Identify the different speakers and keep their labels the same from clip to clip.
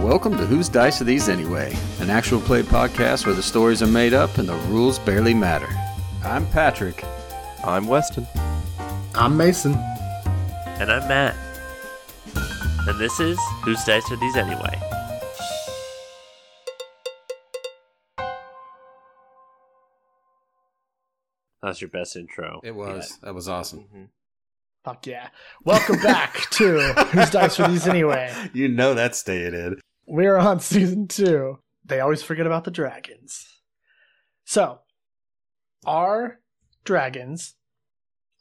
Speaker 1: Welcome to Whose Dice Are These Anyway, an actual play podcast where the stories are made up and the rules barely matter. I'm Patrick.
Speaker 2: I'm Weston.
Speaker 3: I'm Mason.
Speaker 4: And I'm Matt. And this is Whose Dice Are These Anyway? That's your best intro.
Speaker 1: It was. That was awesome.
Speaker 5: Fuck yeah. Welcome back to Whose Dice Are These Anyway?
Speaker 1: You know that's staying in.
Speaker 5: We're on season two. They always forget about the dragons. So, our dragons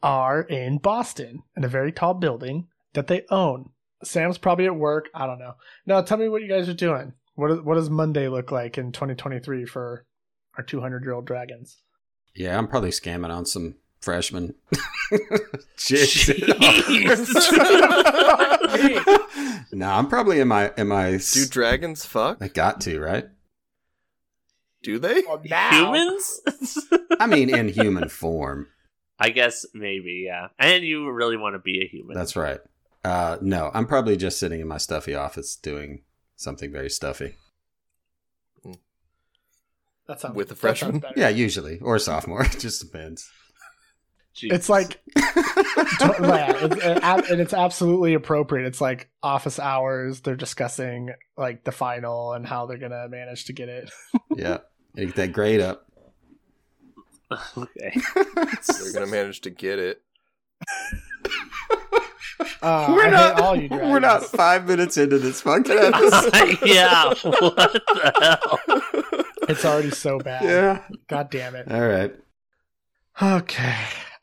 Speaker 5: are in Boston in a very tall building that they own. Sam's probably at work. I don't know. Now, tell me what you guys are doing. What, is, what does Monday look like in 2023 for our 200 year old dragons?
Speaker 1: Yeah, I'm probably scamming on some freshmen.
Speaker 4: Jeez.
Speaker 1: no, I'm probably in my in my. s-
Speaker 2: Do dragons fuck?
Speaker 1: I got to right.
Speaker 2: Do they?
Speaker 5: Well, now-
Speaker 4: Humans?
Speaker 1: I mean, in human form.
Speaker 4: I guess maybe, yeah. And you really want to be a human.
Speaker 1: That's right. Uh, no, I'm probably just sitting in my stuffy office doing something very stuffy.
Speaker 5: That sounds,
Speaker 2: With the
Speaker 5: that sounds
Speaker 2: freshmen?
Speaker 5: better.
Speaker 1: Yeah, usually or sophomore. It just depends.
Speaker 4: Jesus.
Speaker 5: It's like Don't- yeah, it's, it, ab- and it's absolutely appropriate. It's like office hours. They're discussing like the final and how they're gonna manage to get it.
Speaker 1: yeah, get that grade up.
Speaker 4: okay.
Speaker 2: They're gonna manage to get it.
Speaker 5: Uh, I hate all you dragons.
Speaker 1: five minutes into this fucking
Speaker 4: yeah. What the hell?
Speaker 5: It's already so bad.
Speaker 1: yeah.
Speaker 5: God damn it.
Speaker 1: All right.
Speaker 5: Okay.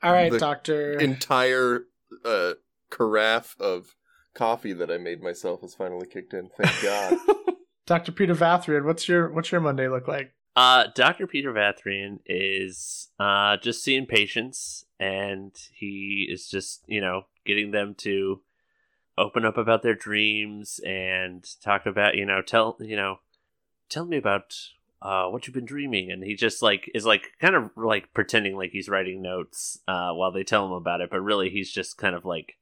Speaker 5: All right,
Speaker 2: The-
Speaker 5: Doctor.
Speaker 2: Entire uh, carafe of coffee that I made myself has finally kicked in. Thank God.
Speaker 5: Doctor Peter Vathrian, what's your what's your Monday look like?
Speaker 4: Uh, Dr. Peter Vathrian is uh, just seeing patients, and he is just, you know, getting them to open up about their dreams and talk about, you know, tell, you know, tell me about uh, what you've been dreaming. And he just, like, is, like, kind of, like, pretending like he's writing notes uh, while they tell him about it, but really he's just kind of, like,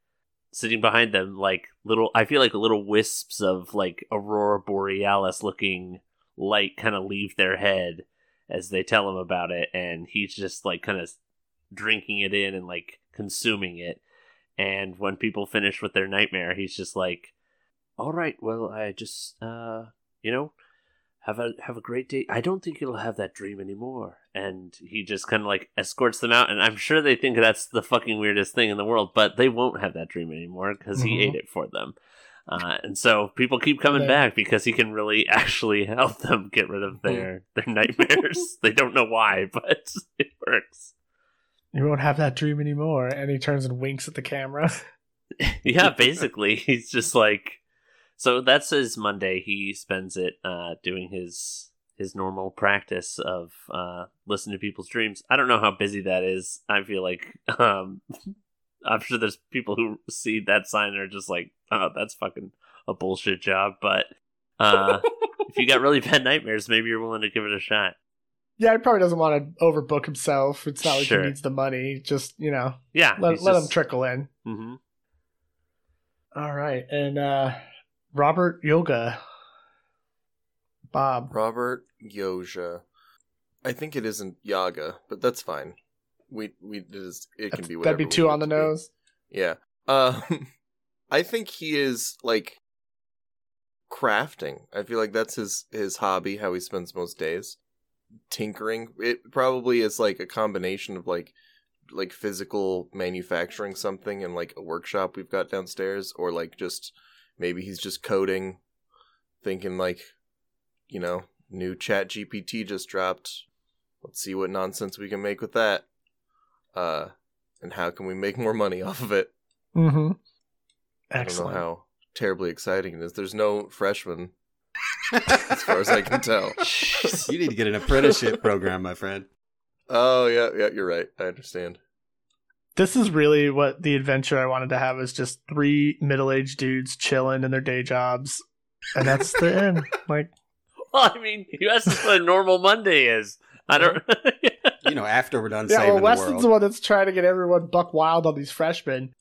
Speaker 4: sitting behind them, like, little, I feel like little wisps of, like, Aurora Borealis looking light kind of leave their head as they tell him about it and he's just like kind of drinking it in and like consuming it and when people finish with their nightmare he's just like all right well i just uh you know have a have a great day i don't think you'll have that dream anymore and he just kind of like escorts them out and i'm sure they think that's the fucking weirdest thing in the world but they won't have that dream anymore because he
Speaker 5: Mhm.
Speaker 4: ate it for them uh, and so people keep coming
Speaker 5: They-
Speaker 4: back because he can really actually help them get rid of their their nightmares. they don't know why, but it works.
Speaker 5: You won't have that dream anymore. And he turns and winks at the camera.
Speaker 4: Yeah, basically, he's just like so that's his Monday. He spends it uh doing his his normal practice of uh listening to people's dreams. I don't know how busy that is. I feel like um I'm sure there's people who see that sign and are just like, "Oh, that's fucking a bullshit job," but uh if you got really bad nightmares, maybe you're willing to give it a shot.
Speaker 5: yeah, he probably doesn't want to overbook himself. It's not like
Speaker 4: Sure.
Speaker 5: he needs the money. Just you know,
Speaker 4: Yeah,
Speaker 5: let, let him trickle in.
Speaker 4: hmm
Speaker 5: All right, and uh Robert Yoga, Bob.
Speaker 2: Robert Yoja. I think it isn't Yaga, but that's fine. We we it, is, it can be whatever.
Speaker 5: That'd be
Speaker 2: we
Speaker 5: two
Speaker 2: need
Speaker 5: on the
Speaker 2: it to be.
Speaker 5: nose.
Speaker 2: Yeah. Um I think he is like crafting. I feel like that's his his hobby, how he spends most days. Tinkering. It probably is like a combination of like like physical manufacturing something in like a workshop we've got downstairs or like just maybe he's just coding thinking like you know new chat gpt just dropped let's see what nonsense we can make with that uh and how can we make more money off of it
Speaker 5: Mm-hmm.
Speaker 2: I don't
Speaker 5: Excellent.
Speaker 2: know how terribly exciting it is. There's no freshmen, as far as I can tell.
Speaker 4: Mm-hmm.
Speaker 1: You need to get an apprenticeship program, my friend.
Speaker 2: Oh yeah, yeah, you're right. I understand.
Speaker 5: This is really what the adventure I wanted to have is just three middle-aged dudes chilling in their day jobs, and that's the end. Like,
Speaker 4: Well, I mean, you asked us what a normal Monday is. I don't.
Speaker 1: You know, after we're done
Speaker 5: yeah, well,
Speaker 1: saving the
Speaker 5: Weston's
Speaker 1: world.
Speaker 5: the one that's trying to get everyone
Speaker 2: Uh,
Speaker 5: buck wild on these freshmen.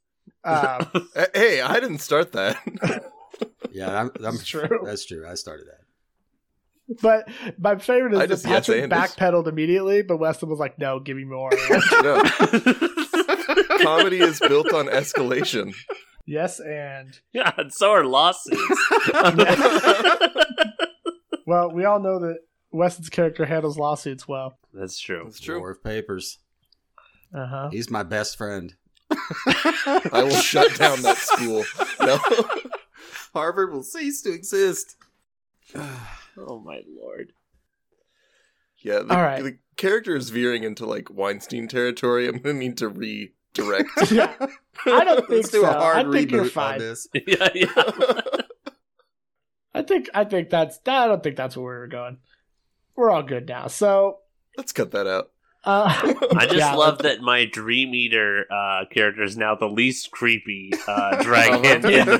Speaker 5: Um,
Speaker 2: Hey, I didn't start that.
Speaker 6: Yeah, I'm, I'm
Speaker 5: It's true.
Speaker 6: That's true. I started that.
Speaker 5: But my favorite
Speaker 2: I
Speaker 5: is
Speaker 2: just
Speaker 5: that
Speaker 2: yes
Speaker 5: Patrick
Speaker 2: and is-
Speaker 5: backpedaled immediately, but Weston was like, "No, give me more."
Speaker 2: No, comedy is built on escalation.
Speaker 5: yes, and
Speaker 4: yeah, and so are lawsuits.
Speaker 5: well, we all know that Weston's character handles lawsuits well.
Speaker 4: That's true.
Speaker 2: It's true.
Speaker 6: War of Papers.
Speaker 5: Uh huh.
Speaker 6: He's my best friend.
Speaker 2: I will shut down that school. No. Harvard will cease to exist.
Speaker 4: Oh my lord.
Speaker 2: Yeah, the,
Speaker 5: All right.
Speaker 2: the character is veering into like Weinstein territory. I'm gonna need to redirect.
Speaker 5: Yeah. I don't think
Speaker 2: Let's do a
Speaker 5: so.
Speaker 2: hard
Speaker 5: I think you're
Speaker 2: reboot on
Speaker 5: fine.
Speaker 2: this.
Speaker 4: yeah, yeah.
Speaker 5: I think I think that's I don't think that's where we were going. We're all good now. So
Speaker 2: Let's cut that out.
Speaker 5: uh,
Speaker 4: I just
Speaker 5: Yeah.
Speaker 4: love that my Dream Eater uh, character is now the least creepy uh, dragon
Speaker 2: Uh-huh.
Speaker 4: in the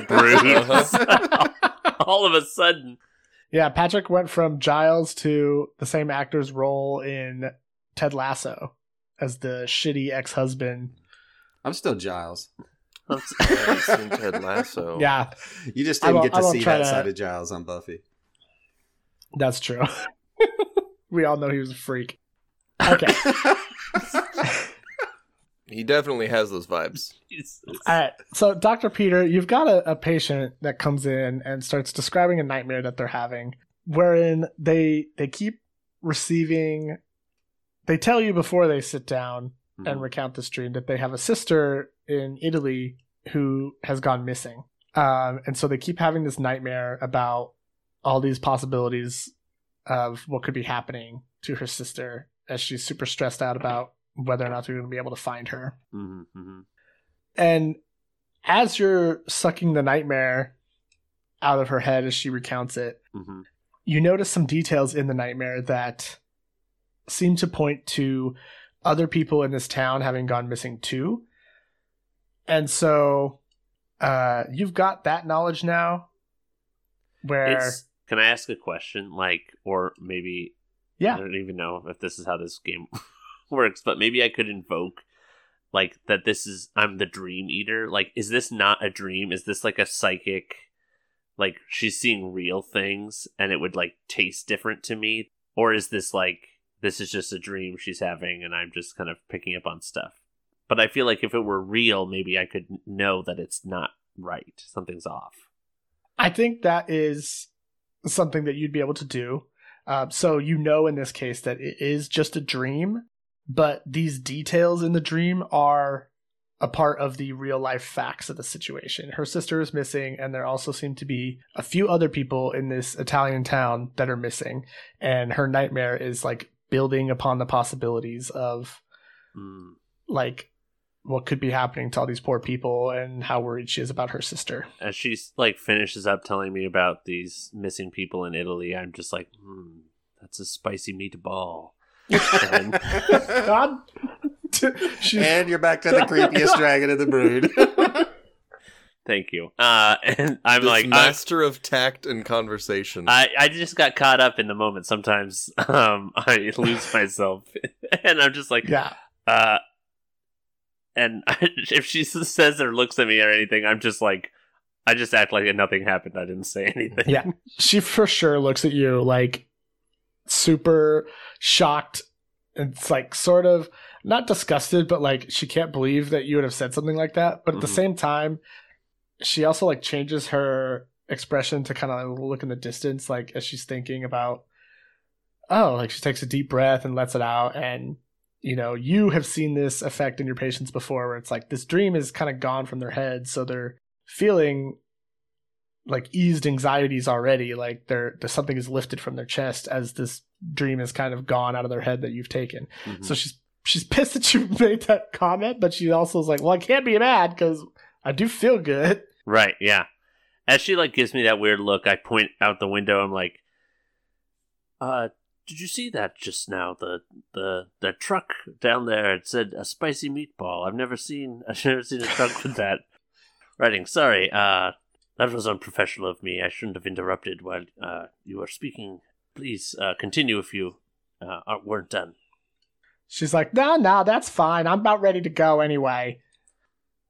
Speaker 4: brood.
Speaker 2: Uh-huh.
Speaker 4: All of a sudden,
Speaker 5: yeah, Patrick went from Giles to the same actor's role in Ted Lasso as the shitty ex-husband.
Speaker 6: I'm still Giles.
Speaker 2: I've seen Ted
Speaker 4: Oh.
Speaker 2: Lasso.
Speaker 5: Yeah,
Speaker 6: You just
Speaker 5: I
Speaker 6: didn't
Speaker 5: won't-
Speaker 6: get
Speaker 5: I
Speaker 6: to
Speaker 5: won't
Speaker 6: see
Speaker 5: try
Speaker 6: that
Speaker 5: to-
Speaker 6: side of Giles on Buffy.
Speaker 5: that's true. we all know he was a freak. Okay.
Speaker 2: he definitely has those vibes.
Speaker 4: Jesus.
Speaker 5: All right. So, Dr. Peter, you've got a, a patient that comes in and starts describing a nightmare that they're having, wherein they they keep receiving. They tell you before they sit down and recount this dream that they have a sister in Italy who has gone missing, um, and so they keep having this nightmare about all these possibilities of what could be happening to her sister, as she's super stressed out about whether or not they're going to be able to find her.
Speaker 4: Mhm, mhm.
Speaker 5: And as you're sucking the nightmare out of her head as she recounts it,
Speaker 4: Mhm.
Speaker 5: you notice some details in the nightmare that seem to point to other people in this town having gone missing too. And so uh, you've got that knowledge now where.
Speaker 4: It's- Can I ask a question? Like, or maybe I
Speaker 5: yeah.
Speaker 4: don't even know if this is how this game works, but maybe I could invoke like that this is I'm the dream eater. Like is this not a dream? Is this like a psychic like she's seeing real things and it would like taste different to me or is this like this is just a dream she's having and I'm just kind of picking up on stuff. But I feel like if it were real, maybe I could n- know that it's not right. Something's off.
Speaker 5: I think that is something that you'd be able to do. Um, so you know in this case that it is just a dream, but these details in the dream are a part of the real life facts of the situation. Her sister is missing, and there also seem to be a few other people in this Italian town that are missing. And her nightmare is like building upon the possibilities of
Speaker 4: Mm.
Speaker 5: like what could be happening to all these poor people and how worried she is about her sister.
Speaker 4: as she like finishes up telling me about these missing people in Italy, I'm just like, hmm, that's a spicy meatball. and,
Speaker 5: God, she's
Speaker 6: and you're back to the creepiest dragon in the brood.
Speaker 4: thank you. Uh, and I'm
Speaker 2: This
Speaker 4: like, I,
Speaker 2: master of tact and conversation.
Speaker 4: I I just got caught up in the moment. Sometimes um, I lose myself, and I'm just like,
Speaker 5: Yeah.
Speaker 4: uh, and I, if she s- says or looks at me or anything, I'm just like, I just act like nothing happened. I didn't say anything.
Speaker 5: Yeah. She for sure looks at you like super shocked. It's like sort of not disgusted, but like she can't believe that you would have said something like that. But at the
Speaker 4: Mhm.
Speaker 5: same time, she also like changes her expression to kind of look in the distance, like as she's thinking about, oh, like she takes a deep breath and lets it out. And, you know, you have seen this effect in your patients before where it's like this dream is kind of gone from their head. So they're feeling like eased anxieties already like they're, there's something is lifted from their chest as this dream is kind of gone out of their head that you've taken
Speaker 4: Mhm.
Speaker 5: so she's she's pissed that you made that comment but she also is like well i can't be mad because i do feel good
Speaker 4: Right, yeah. As she like gives me that weird look, I point out the window, I'm like Uh did you see that just now? The the the truck down there it said a spicy meatball. I've never seen I've never seen a truck with that writing. Sorry, uh that was unprofessional of me. I shouldn't have interrupted while uh you were speaking. Please uh continue if you uh aren't, weren't done.
Speaker 5: she's like no no that's fine i'm about ready to go anyway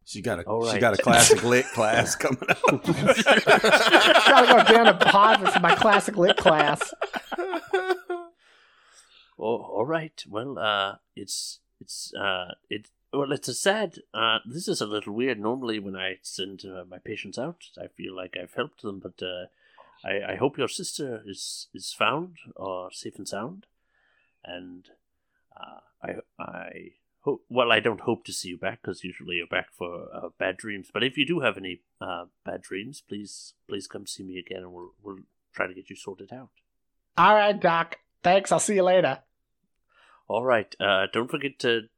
Speaker 6: She got a
Speaker 4: All
Speaker 6: she
Speaker 4: right.
Speaker 6: got a classic lit class coming up.
Speaker 5: Gotta go down a pod for my classic lit class.
Speaker 4: Oh, all right. Well, uh, it's it's uh, it. Well, it's a sad. Uh, this is a little weird. Normally, when I send uh, my patients out, I feel like I've helped them, but uh, I, I hope your sister is is found or safe and sound, and uh, I I hope. Well, I don't hope to see you back because usually you're back for uh, bad dreams. But if you do have any uh, bad dreams, please please come see me again, and we'll we'll try to get you sorted out.
Speaker 5: All right, Doc. Thanks. I'll see you later.
Speaker 4: All right. Uh, don't forget to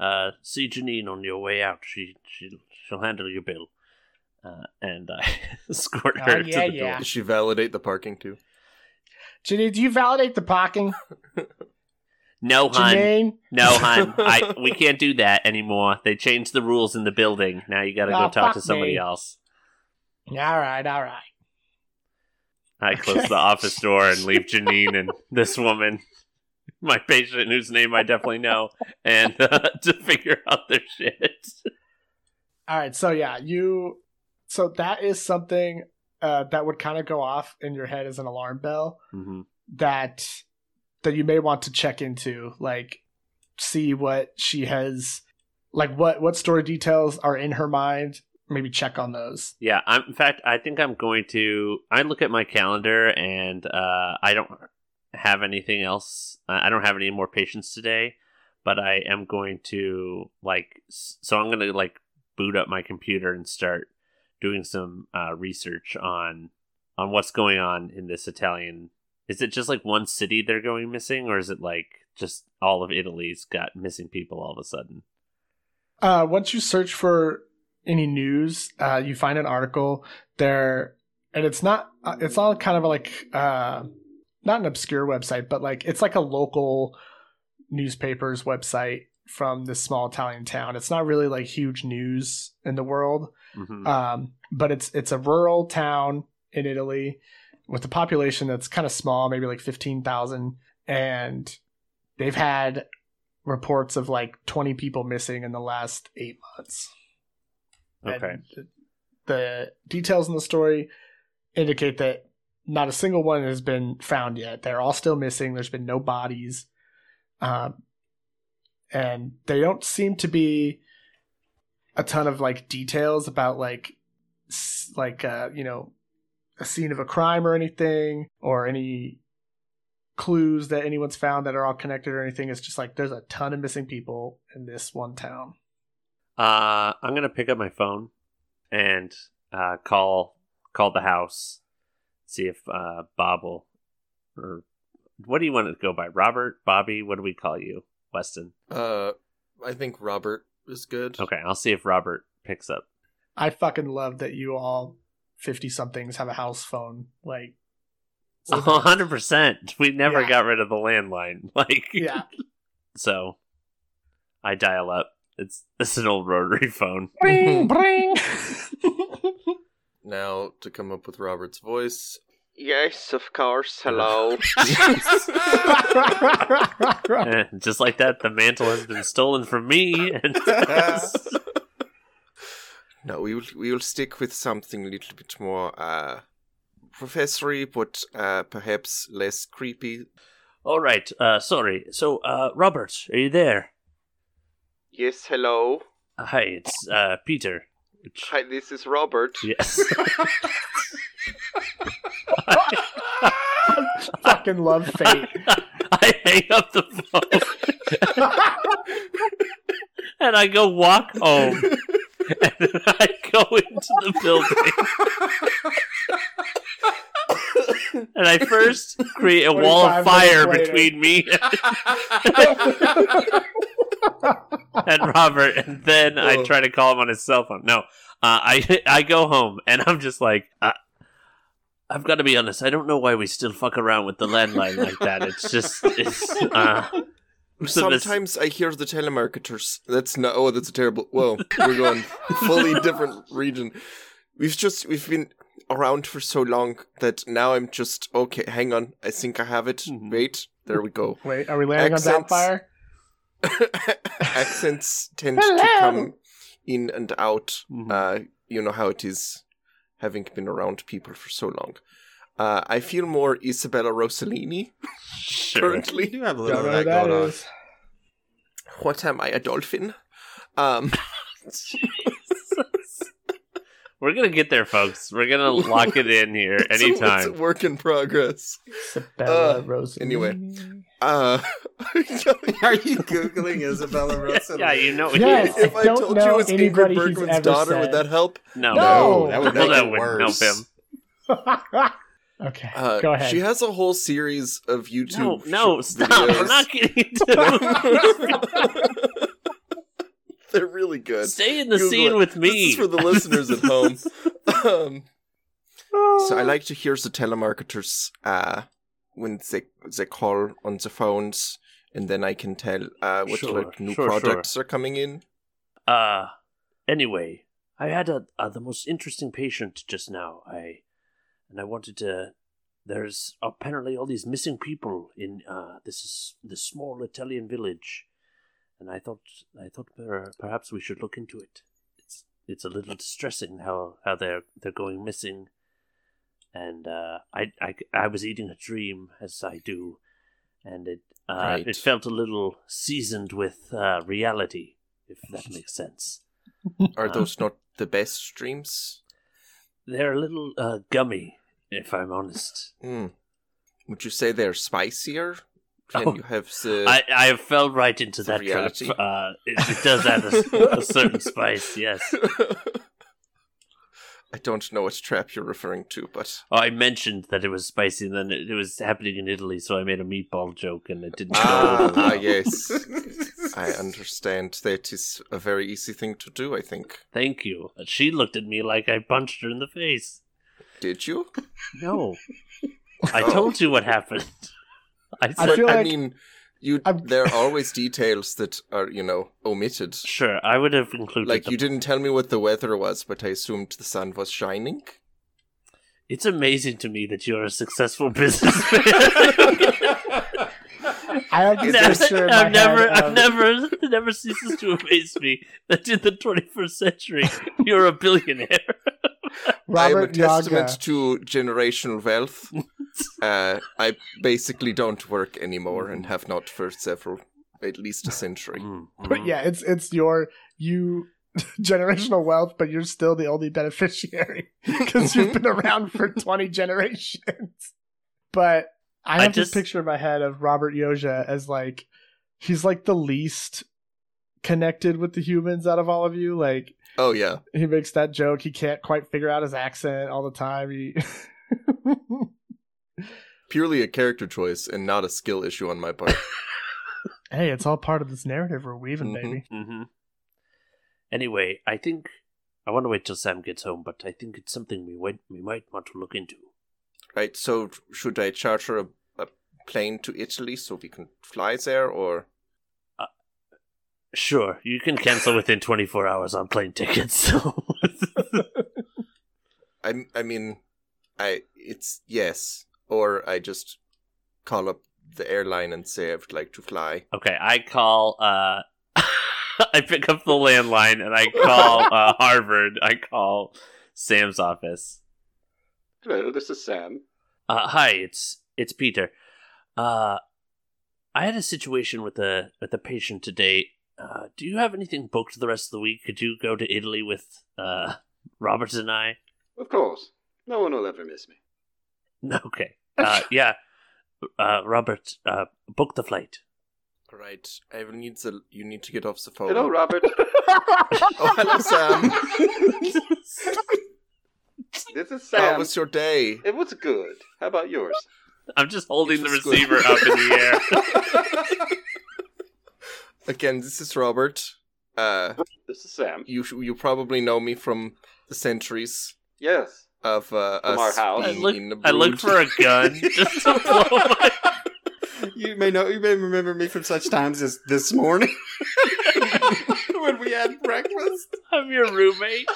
Speaker 4: uh, see Janine on your way out. She she'll, she'll handle your bill. Uh, and I escort
Speaker 5: Oh,
Speaker 4: her
Speaker 5: yeah,
Speaker 4: to the
Speaker 5: yeah.
Speaker 2: Does she validate the parking too?
Speaker 5: Janine, do you validate the parking?
Speaker 4: door. No, hun.
Speaker 5: Janine?
Speaker 4: No, hun. I we can't do that anymore. They changed the rules in the building. Now you got to
Speaker 5: Oh,
Speaker 4: go talk
Speaker 5: fuck
Speaker 4: to somebody
Speaker 5: me.
Speaker 4: else.
Speaker 5: All right, all right.
Speaker 4: I close
Speaker 5: Okay.
Speaker 4: the office door and leave Janine and this woman, my patient whose name I definitely know, and uh, to figure out their shit.
Speaker 5: All right, so yeah, you. So that is something uh, that would kind of go off in your head as an alarm bell
Speaker 4: hmm
Speaker 5: that that you may want to check into, like see what she has, like what what story details are in her mind. Maybe check on those.
Speaker 4: Yeah, I'm, in fact, I think I'm going to. I look at my calendar and uh, I don't have anything else. I I don't have any more patients today, but I am going to like. s- So I'm going to like boot up my computer and start doing some uh, research on on what's going on in this Italian. Is it just like one city they're going missing, or is it like just all of Italy's got missing people all of a sudden?
Speaker 5: Uh, once you search for any news, uh, you find an article there, and it's not. uh, It's on kind of like uh, not an obscure website, but like it's like a local newspaper's website from this small Italian town. It's not really like huge news in the world,
Speaker 4: hmm
Speaker 5: um, but it's it's a rural town in Italy with a population that's kind of small, maybe like fifteen thousand, and they've had reports of like twenty people missing in the last eight months. And
Speaker 4: okay.
Speaker 5: th- the details in the story indicate that not a single one has been found yet. They're all still missing. There's been no bodies. Um, and they don't seem to be a ton of like details about like s- like uh you know a scene of a crime or anything or any clues that anyone's found that are all connected or anything it's just like there's a ton of missing people in this one town
Speaker 4: Uh, I'm gonna pick up my phone and uh, call call the house, see if uh, Bob will, or what do you want it to go by? Robert, Bobby, what do we call you, Weston?
Speaker 2: Uh, I think Robert is good.
Speaker 4: Okay, I'll see if Robert picks up.
Speaker 5: I fucking love that you all fifty somethings have a house phone. Like,
Speaker 4: A hundred percent. We never
Speaker 5: Yeah.
Speaker 4: got rid of the landline. Like,
Speaker 5: yeah.
Speaker 4: So, I dial up. It's it's an old rotary phone.
Speaker 5: bring, bring.
Speaker 2: Now to come up with Robert's voice.
Speaker 7: Yes, of course. Hello.
Speaker 4: Eh, Just like that, the mantle has been stolen from me. And
Speaker 2: No, we will we will stick with something a little bit more uh professory, but uh perhaps less creepy.
Speaker 4: All right. Uh, sorry. So, uh, Robert, are you there?
Speaker 7: yes, hello.
Speaker 4: Hi, it's uh, Peter. It's-
Speaker 7: Hi, this is Robert.
Speaker 4: Yes.
Speaker 5: fucking love fate.
Speaker 4: I hang up the phone and I go walk home. And then I go into the building. and I first create a wall of
Speaker 5: 25
Speaker 4: fire
Speaker 5: minutes later.
Speaker 4: between me and Robert, and then I
Speaker 2: Whoa.
Speaker 4: try to call him on his cell phone. No, uh, I I go home and I'm just like, uh, I've got to be honest. I don't know why we still fuck around with the landline like that. It's just it's. Uh, so this-
Speaker 2: Sometimes I hear the telemarketers. That's not oh that's a terrible whoa, we're going fully different region. We've just we've been around for so long that now I'm just okay, hang on. I think I have it.
Speaker 6: Mm-hmm.
Speaker 4: Mhm.
Speaker 2: Wait, there we go.
Speaker 5: Wait, are we landing
Speaker 2: Accents.
Speaker 5: on Downfire?
Speaker 2: accents tend to
Speaker 5: Hello.
Speaker 2: come in and out.
Speaker 6: Mm-hmm.
Speaker 2: Uh,
Speaker 4: Mhm.
Speaker 2: you know how it is having been around people for so long. Uh, I feel more Isabella Rossellini
Speaker 4: Sure.
Speaker 6: We
Speaker 2: currently.
Speaker 6: do have
Speaker 5: Don't
Speaker 6: a little
Speaker 5: know who
Speaker 6: of that
Speaker 5: that
Speaker 6: going on.
Speaker 5: is.
Speaker 2: What am I, a dolphin? Um,
Speaker 4: We're gonna get there, folks. We're gonna lock it in here
Speaker 2: it's a- It's a
Speaker 4: anytime.
Speaker 2: work in progress.
Speaker 5: Isabella
Speaker 2: Uh,
Speaker 5: Rose.
Speaker 2: anyway. Uh,
Speaker 6: Are you googling Isabella Russell?
Speaker 4: Yeah, you know.
Speaker 5: Yes.
Speaker 2: if I,
Speaker 5: don't
Speaker 2: told
Speaker 5: know
Speaker 2: you it's Ingrid
Speaker 5: anybody he's
Speaker 2: Bergman's
Speaker 5: ever
Speaker 2: daughter, would that
Speaker 5: said.
Speaker 2: help?
Speaker 4: No.
Speaker 5: No!
Speaker 6: No, that would
Speaker 4: Well,
Speaker 6: make
Speaker 4: that
Speaker 6: it
Speaker 4: would help him.
Speaker 6: worse.
Speaker 5: okay,
Speaker 2: Uh,
Speaker 5: go ahead.
Speaker 2: She has a whole series of YouTube.
Speaker 4: No, no,
Speaker 2: sh-
Speaker 4: stop.
Speaker 2: videos.
Speaker 4: We're not getting into
Speaker 2: They're really good.
Speaker 4: Stay in the
Speaker 2: Google
Speaker 4: scene
Speaker 2: it.
Speaker 4: with me.
Speaker 2: This is for the listeners at home. um, so
Speaker 4: Ah.
Speaker 2: I like to hear the telemarketers uh, when they they call on the phones, and then I can tell uh, what
Speaker 4: Sure,
Speaker 2: like new
Speaker 4: sure, sure.
Speaker 2: products are coming in.
Speaker 4: Uh, anyway, I had a, uh the most interesting patient just now. I and I wanted to. There's apparently all these missing people in uh this is this small Italian village, and I thought I thought per, perhaps we should look into it. It's it's a little distressing how how they're they're going missing. And uh, I, I, I was eating a dream as I do, and it uh,
Speaker 2: Right.
Speaker 4: it felt a little seasoned with uh, reality if that makes sense.
Speaker 2: Are
Speaker 4: Uh.
Speaker 2: those not the best streams?
Speaker 4: They're a little uh, gummy, if I'm honest.
Speaker 2: Hmm. Would you say they're spicier? Can
Speaker 4: Oh.
Speaker 2: you have the?
Speaker 4: I, I have fell right into
Speaker 2: The
Speaker 4: that
Speaker 2: reality.
Speaker 4: trap. Uh, it, it does add a, a certain spice, yes.
Speaker 2: I don't know what trap you're referring to, but
Speaker 4: Oh, I mentioned that it was spicy, and then it, it was happening in Italy, so I made a meatball joke, and it didn't go.
Speaker 2: ah,
Speaker 4: over
Speaker 2: ah,
Speaker 4: well.
Speaker 2: yes, I understand. That is a very easy thing to do. I think.
Speaker 4: Thank you. She looked at me like I punched her in the face.
Speaker 2: Did you?
Speaker 4: No, I
Speaker 2: Oh.
Speaker 4: told you what happened. I
Speaker 5: I
Speaker 4: said,
Speaker 5: feel
Speaker 2: I
Speaker 5: like-
Speaker 2: mean, you.
Speaker 5: I'm-
Speaker 2: There are always details that are you know omitted.
Speaker 4: sure, I would have included.
Speaker 2: Like
Speaker 4: the-
Speaker 2: you didn't tell me what the weather was, but I assumed the sun was shining.
Speaker 4: It's amazing to me that you're a successful businessman.
Speaker 5: I have this
Speaker 4: Never-
Speaker 5: picture in my
Speaker 4: I've never,
Speaker 5: head Um,
Speaker 4: I've
Speaker 5: of-
Speaker 4: never, it never ceases to amaze me that in the 21st century you're a billionaire.
Speaker 2: I am a
Speaker 5: Robert
Speaker 2: testament
Speaker 5: Yaga.
Speaker 2: to generational wealth. uh, I basically don't work anymore and have not for several, at least a century.
Speaker 4: Mm-hmm.
Speaker 5: But yeah, it's it's your you generational wealth, but you're still the only beneficiary because you've
Speaker 4: Mm-hmm.
Speaker 5: been around for twenty generations. But I
Speaker 4: I
Speaker 5: have
Speaker 4: just-
Speaker 5: this picture in my head of Robert Yoja as like he's like the least connected with the humans out of all of you. Like
Speaker 2: Oh yeah,
Speaker 5: he makes that joke, he can't quite figure out his accent all the time. He
Speaker 2: purely a character choice and not a skill issue on my part.
Speaker 5: Hey, it's all part of this narrative we're weaving,
Speaker 2: Mhm.
Speaker 5: baby.
Speaker 4: hmm Anyway, I think I want to wait till Sam gets home, but I think it's something we went, we might want to look into.
Speaker 2: right. So should I charter a, a plane to Italy so we can fly there, or
Speaker 4: Sure, you can cancel within 24 hours on plane tickets. So
Speaker 2: I I mean, I it's yes, or I just call up the airline and say I would like to fly.
Speaker 4: okay, I call. uh I pick up the landline and I call uh, Harvard. I call Sam's office.
Speaker 7: Hello, this is Sam.
Speaker 4: Uh, hi, it's it's Peter. Uh, I had a situation with a with a patient today. Uh, do you have anything booked the rest of the week? Could you go to Italy with uh, Robert and I?
Speaker 7: Of course, no one will ever miss me.
Speaker 4: Okay. Uh, yeah. Uh, Robert, uh, book the flight.
Speaker 2: All right. I will need the. You need to get off the phone.
Speaker 7: Hello, Robert.
Speaker 2: Oh, hello, Sam.
Speaker 7: this is
Speaker 2: How
Speaker 7: Sam.
Speaker 2: was your day?
Speaker 7: It was good. How about yours?
Speaker 4: I'm just holding the
Speaker 2: Just go-
Speaker 4: receiver up in the air.
Speaker 2: Again, this is Robert. Uh,
Speaker 7: This is Sam.
Speaker 2: you sh- you probably know me from the centuries
Speaker 7: Yes.
Speaker 2: of uh,
Speaker 7: From
Speaker 2: us
Speaker 7: our house.
Speaker 4: I
Speaker 2: being
Speaker 4: look,
Speaker 2: in the
Speaker 4: I look
Speaker 2: brood.
Speaker 4: for a gun just to blow my.
Speaker 6: You may know. You may remember me from such times as this morning when we had breakfast.
Speaker 4: I'm your roommate.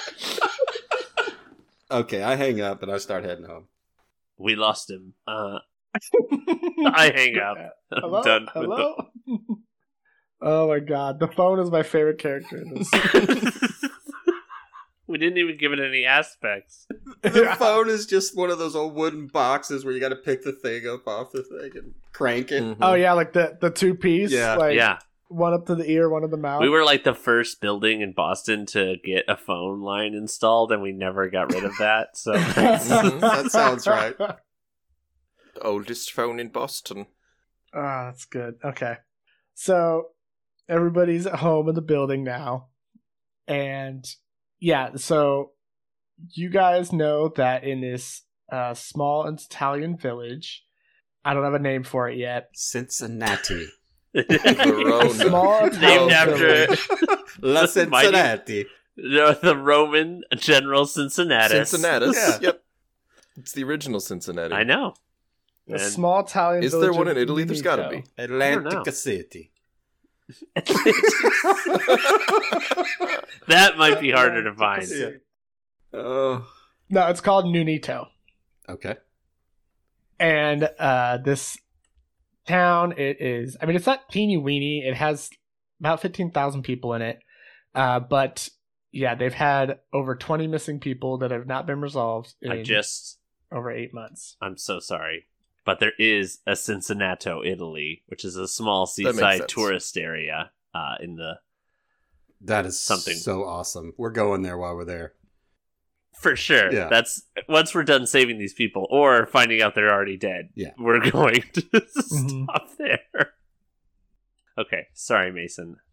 Speaker 6: Okay, I hang up and I start heading home.
Speaker 4: We lost him. Uh, I hang up. I'm
Speaker 5: Hello?
Speaker 4: done with the-
Speaker 5: Hello? oh my god, the phone is my favorite character in this.
Speaker 4: didn't even give it any aspects.
Speaker 6: The phone is just one of those old wooden boxes where you got to pick the thing up off the thing and crank it.
Speaker 2: Mhm.
Speaker 5: Oh yeah, like the the two piece.
Speaker 6: Yeah.
Speaker 5: like,
Speaker 4: yeah,
Speaker 5: One up to the ear, one up the mouth.
Speaker 4: we were like the first building in Boston to get a phone line installed, and we never got rid of that. So
Speaker 6: Mm-hmm, that sounds right.
Speaker 2: Oldest phone in Boston.
Speaker 5: Ah, that's good. Okay. So everybody's at home in the building now. And yeah, so you guys know that in this uh, small Italian village, I don't have a name for it yet.
Speaker 6: Cincinnati.
Speaker 2: Verona.
Speaker 6: Oh,
Speaker 5: Small Italian
Speaker 4: Named after
Speaker 5: village.
Speaker 6: La
Speaker 4: The mighty-
Speaker 6: Cincinnati.
Speaker 4: the, the Roman general Cincinnatus.
Speaker 2: Cincinnatus.
Speaker 6: Yeah.
Speaker 2: Yep. It's the original Cincinnati.
Speaker 4: I know.
Speaker 5: A
Speaker 4: And-
Speaker 5: small Italian
Speaker 2: Is
Speaker 5: village
Speaker 2: there one
Speaker 5: of
Speaker 2: in Italy? There's got to
Speaker 5: Nico.
Speaker 2: be.
Speaker 4: I don't know.
Speaker 6: Atlantica City.
Speaker 4: that might be harder to find.
Speaker 6: Yeah. Oh.
Speaker 5: No, it's called Nunito.
Speaker 6: Okay.
Speaker 5: and uh this town it is i mean it's not teeny weeny it has about 15000 people in it uh but yeah they've had over 20 missing people that have not been resolved in
Speaker 4: I just,
Speaker 5: over eight months
Speaker 4: I'm so sorry, but there is a Cincinnato, Italy, which is a small
Speaker 2: makes
Speaker 4: seaside
Speaker 2: sense.
Speaker 4: tourist area uh, in the
Speaker 6: That is
Speaker 4: Something.
Speaker 6: so awesome. We're going there while we're there.
Speaker 4: for sure.
Speaker 6: Yeah.
Speaker 4: That's once we're done saving these people or finding out they're already dead.
Speaker 6: Yeah.
Speaker 4: we're going to stop there. Okay, sorry, Mason.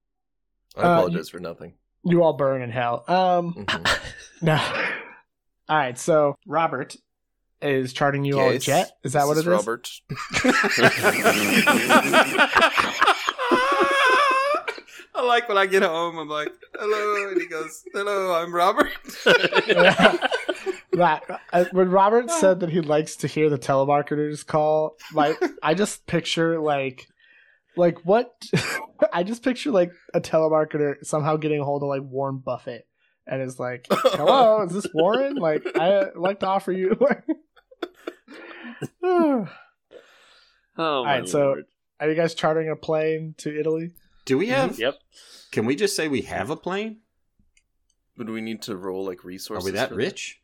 Speaker 2: I
Speaker 5: Uh,
Speaker 2: apologize for nothing.
Speaker 5: you all burn in hell um
Speaker 2: Mhm.
Speaker 5: no all right so robert is charting you all a
Speaker 2: Yes,
Speaker 5: jet is that
Speaker 2: This
Speaker 5: what it is
Speaker 2: Robert?
Speaker 6: I like when I get home, I'm like, hello. And he goes, hello, I'm Robert.
Speaker 4: Oh,
Speaker 5: Right. Uh, When Robert said that he likes to hear the telemarketers call, like I just picture like like what I just picture like a telemarketer somehow getting a hold of like Warren Buffett and is like, Hello, is this Warren? Like I like to offer you Are
Speaker 4: Oh, my
Speaker 5: right, so-
Speaker 4: lord.
Speaker 5: you guys chartering a plane to Italy?
Speaker 6: Do
Speaker 4: Mhm.
Speaker 6: we have,
Speaker 4: yep.
Speaker 6: can we just say we have a plane?
Speaker 2: Would we need to roll like
Speaker 6: Are
Speaker 2: resources?
Speaker 6: we that
Speaker 2: for
Speaker 6: rich?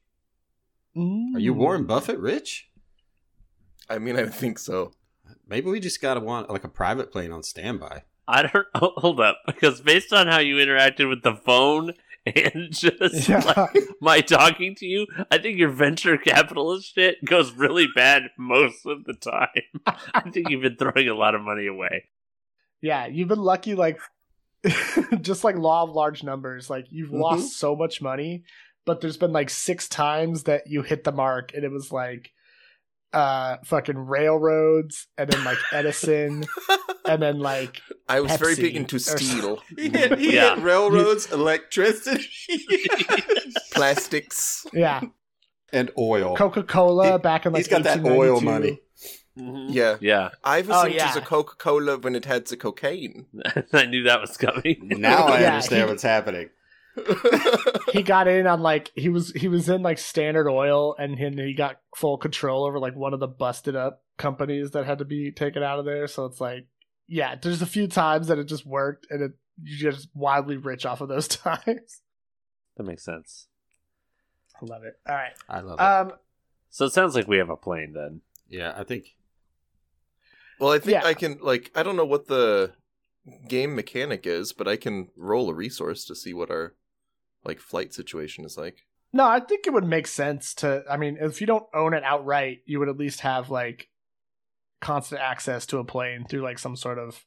Speaker 6: Are you Warren
Speaker 5: Mm.
Speaker 6: Buffett rich?
Speaker 2: I mean, I think so.
Speaker 6: Maybe we just gotta want like a private plane on standby.
Speaker 4: I don't oh, hold up because based on how you interacted with the phone and just
Speaker 5: Yeah.
Speaker 4: like, my talking to you, I think your venture capitalist shit goes really bad most of the time. I think you've been throwing a lot of money away.
Speaker 5: Yeah, you've been lucky, like just like law of large numbers. Like you've
Speaker 6: Mm-hmm.
Speaker 5: lost so much money, but there's been like six times that you hit the mark, and it was like uh fucking railroads, and then like Edison, and then like
Speaker 2: I was very
Speaker 5: Pepsi
Speaker 2: big into
Speaker 5: or
Speaker 2: steel,
Speaker 6: He hit, he
Speaker 4: Yeah.
Speaker 6: hit railroads, electricity,
Speaker 2: plastics.
Speaker 5: yeah,
Speaker 6: and oil.
Speaker 5: Coca Cola
Speaker 6: He-
Speaker 5: back in like
Speaker 6: He's got that oil
Speaker 5: 1892.
Speaker 6: money.
Speaker 4: Mhm.
Speaker 2: Yeah,
Speaker 4: Yeah,
Speaker 2: I've
Speaker 5: Oh,
Speaker 2: assumed it's a
Speaker 5: yeah.
Speaker 2: Coca Cola when it had the cocaine.
Speaker 4: I knew that was coming.
Speaker 6: Now I
Speaker 5: Yeah,
Speaker 6: understand
Speaker 5: he-
Speaker 6: what's happening.
Speaker 5: He got in on like he was he was in like Standard Oil, and him he got full control over like one of the busted up companies that had to be taken out of there. So it's like, yeah, there's a few times that it just worked, and it you just wildly rich off of those times.
Speaker 4: That makes sense.
Speaker 5: I love it. All right.
Speaker 6: I love it.
Speaker 5: Um,
Speaker 4: So it sounds like we have a plane then.
Speaker 6: yeah, I think
Speaker 2: Well, I think
Speaker 5: Yeah.
Speaker 2: I can like I don't know what the game mechanic is, but I can roll a resource to see what our like flight situation is like.
Speaker 5: no, I think it would make sense to. I mean, if you don't own it outright, you would at least have like constant access to a plane through like some sort of,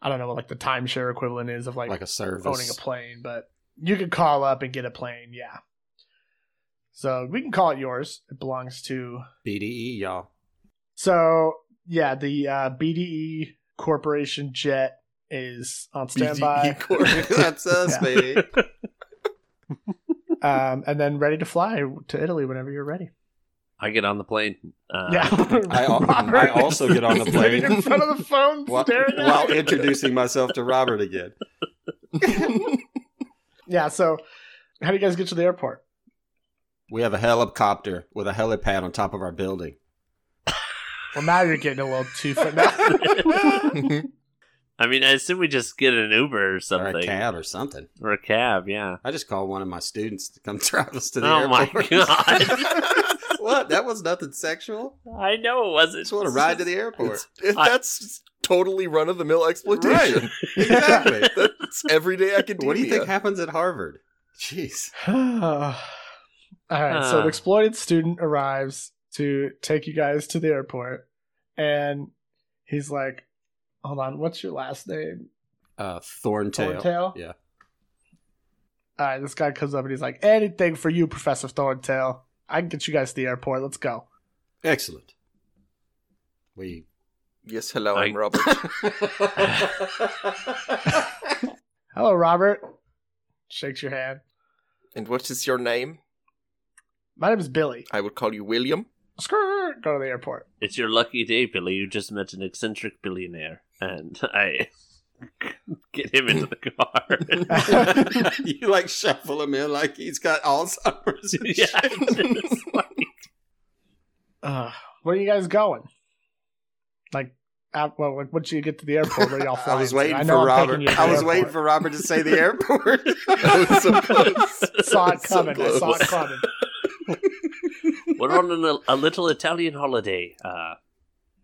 Speaker 5: I don't know, what like the timeshare equivalent is of like,
Speaker 6: like, a service.
Speaker 5: owning a plane, but you could call up and get a plane. Yeah. So we can call it yours. It belongs to.
Speaker 6: BDE, E, y'all.
Speaker 5: So yeah, the uh, BDE Corporation jet is on
Speaker 6: E
Speaker 5: standby.
Speaker 2: BDE Corp.
Speaker 6: That's us,
Speaker 5: Yeah.
Speaker 6: baby.
Speaker 5: um, and then ready to fly to Italy whenever you're ready.
Speaker 4: I get on the plane. Uh,
Speaker 5: yeah,
Speaker 6: I al-
Speaker 5: Robert
Speaker 6: I also get on the
Speaker 5: is standing
Speaker 6: plane.
Speaker 5: in front of the phone,
Speaker 6: While,
Speaker 5: staring at
Speaker 6: while
Speaker 5: it.
Speaker 6: introducing myself to Robert again.
Speaker 5: Yeah. So, how do you guys get to the airport?
Speaker 6: We have a helicopter with a helipad on top of our building.
Speaker 5: Well, now you're getting a little too far.
Speaker 4: I mean, I assume we just get an Uber or
Speaker 6: or
Speaker 4: something.
Speaker 6: a cab or something.
Speaker 4: Or a cab, yeah.
Speaker 6: I just called one of my students to come drive us to the
Speaker 4: Oh my
Speaker 6: airport.
Speaker 4: God.
Speaker 6: what? That was nothing sexual.
Speaker 4: I know it wasn't.
Speaker 6: Just want to ride to the airport.
Speaker 2: If
Speaker 4: I-
Speaker 2: that's totally run of the mill exploitation.
Speaker 6: exactly.
Speaker 2: that's everyday academia.
Speaker 6: What do you think happens at Harvard? Jeez.
Speaker 5: All right, so
Speaker 4: Ah.
Speaker 5: an exploited student arrives to take you guys to the airport, and he's like, "Hold on, what's your last name?"
Speaker 6: Uh, Thorntail.
Speaker 5: Thorntail?
Speaker 6: Yeah.
Speaker 5: All right, this guy comes up and he's like, "Anything for you, Professor Thorntail. I can get you guys to the airport. Let's go."
Speaker 6: Excellent. We.
Speaker 2: Yes, hello,
Speaker 4: I-
Speaker 2: I'm Robert.
Speaker 5: Hello, Robert. Shakes your hand.
Speaker 2: and what is your name?
Speaker 5: My name is Billy.
Speaker 2: I would call you William.
Speaker 5: Skirt. Go to the airport.
Speaker 4: It's your lucky day, Billy. You just met an eccentric billionaire, and I get him into the car.
Speaker 6: you like shuffle him in like he's got Alzheimer's. and
Speaker 4: yeah,
Speaker 6: shit.
Speaker 4: it's like-
Speaker 5: Uh, where are you guys going? Like, at, well, like, once you get to the airport, where y'all flying?
Speaker 6: I was
Speaker 5: to?
Speaker 6: waiting
Speaker 5: know
Speaker 6: for
Speaker 5: I'm taking
Speaker 6: Robert.
Speaker 5: you to
Speaker 6: I
Speaker 5: the
Speaker 6: was
Speaker 5: airport.
Speaker 6: waiting for Robert to say the airport.
Speaker 2: That was so close.
Speaker 5: saw it
Speaker 2: So
Speaker 5: coming. I saw it
Speaker 2: close.
Speaker 5: coming.
Speaker 4: We're on an, a little Italian holiday. Uh,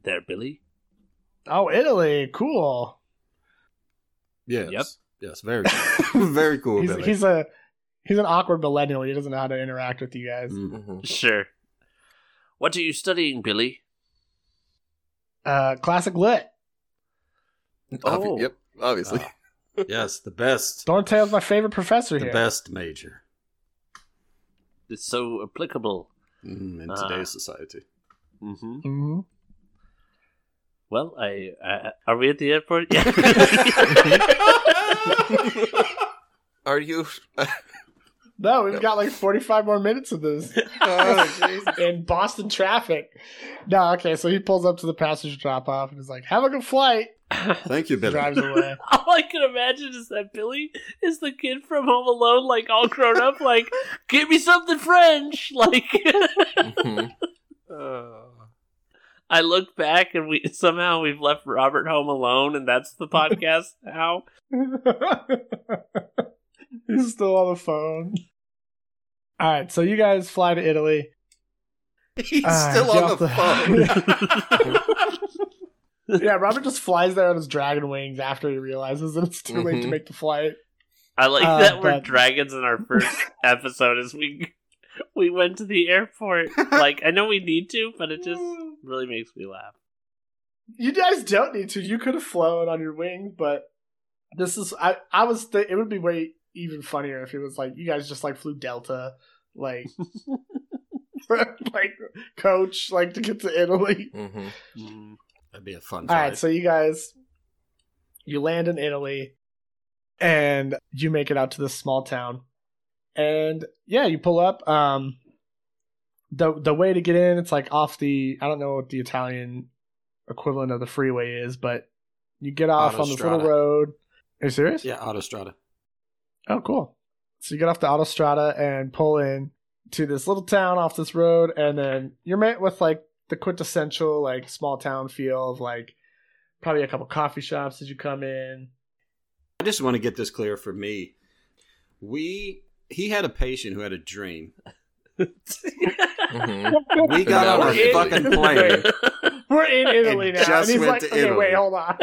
Speaker 4: there, Billy.
Speaker 5: Oh, Italy, cool.
Speaker 6: Yes.
Speaker 4: Yep.
Speaker 6: Yes. Very. Cool. very cool.
Speaker 5: He's,
Speaker 6: Billy.
Speaker 5: he's a he's an awkward millennial. He doesn't know how to interact with you guys.
Speaker 6: Mm.
Speaker 4: Mm-hmm. Sure. What are you studying, Billy?
Speaker 5: Uh, classic lit.
Speaker 2: Obvi-
Speaker 4: Oh.
Speaker 2: Yep, obviously.
Speaker 6: Ah, yes, the best.
Speaker 5: Thorntail's my favorite professor
Speaker 6: the
Speaker 5: here.
Speaker 6: best major
Speaker 4: It's so applicable.
Speaker 6: mm, in
Speaker 4: Ah.
Speaker 6: today's society.
Speaker 4: Mm-hmm.
Speaker 5: Mhm.
Speaker 4: Well, I uh, are we at the airport? Yeah.
Speaker 2: Are you?
Speaker 5: No, we've
Speaker 2: No.
Speaker 5: got like forty five more minutes of this
Speaker 6: oh, Jesus.
Speaker 5: in Boston traffic. No, okay. So he pulls up to the passenger drop off and is like, "Have a good flight."
Speaker 6: Thank you, Billy.
Speaker 5: Drives away.
Speaker 4: all I can imagine is that Billy is the kid from Home Alone, like all grown up, like give me something French. Like
Speaker 2: Mhm.
Speaker 4: I look back and we somehow we've left Robert home alone, and that's the podcast now.
Speaker 5: He's still on the phone. All right, so you guys fly to Italy.
Speaker 6: He's
Speaker 5: Ah,
Speaker 6: still
Speaker 5: get
Speaker 6: on the,
Speaker 5: off
Speaker 6: phone.
Speaker 5: Yeah, Robert just flies there on his dragon wings after he realizes that it's too late to
Speaker 2: Mhm.
Speaker 6: Mm-hmm.
Speaker 5: make the flight.
Speaker 4: I like
Speaker 5: Uh,
Speaker 4: that we're
Speaker 5: but-
Speaker 4: dragons in our first episode. As we we went to the airport, like I know we need to, but it just really makes me laugh.
Speaker 5: You guys don't need to. You could have flown on your wings, but this is I. I was. Th- it would be way even funnier if it was like you guys just like flew Delta, like like coach, like to get to Italy.
Speaker 2: Mhm.
Speaker 4: Mhm.
Speaker 6: That'd be a fun
Speaker 5: All
Speaker 6: fight.
Speaker 5: right, so you guys, you land in Italy, and you make it out to this small town, and yeah, you pull up. Um, the the way to get in, it's like off the I don't know what the Italian equivalent of the freeway is, but you get off on this little
Speaker 6: Autostrada.
Speaker 5: road. Are you serious?
Speaker 6: yeah, Autostrada.
Speaker 5: Oh, cool. So you get off the autostrada and pull in to this little town off this road, and then you're met with like the quintessential like small town feel of like probably a couple coffee shops as you come in.
Speaker 6: I just want to get this clear for me. We he had a patient who had a dream.
Speaker 2: Mhm.
Speaker 6: We got
Speaker 2: Now
Speaker 6: on
Speaker 2: we're
Speaker 6: a
Speaker 2: in
Speaker 6: fucking
Speaker 2: Italy.
Speaker 6: plane.
Speaker 5: We're in Italy
Speaker 6: And
Speaker 5: now. and
Speaker 6: just
Speaker 5: he's
Speaker 6: went
Speaker 5: like,
Speaker 6: to
Speaker 5: okay,
Speaker 6: Italy."
Speaker 5: wait, hold on.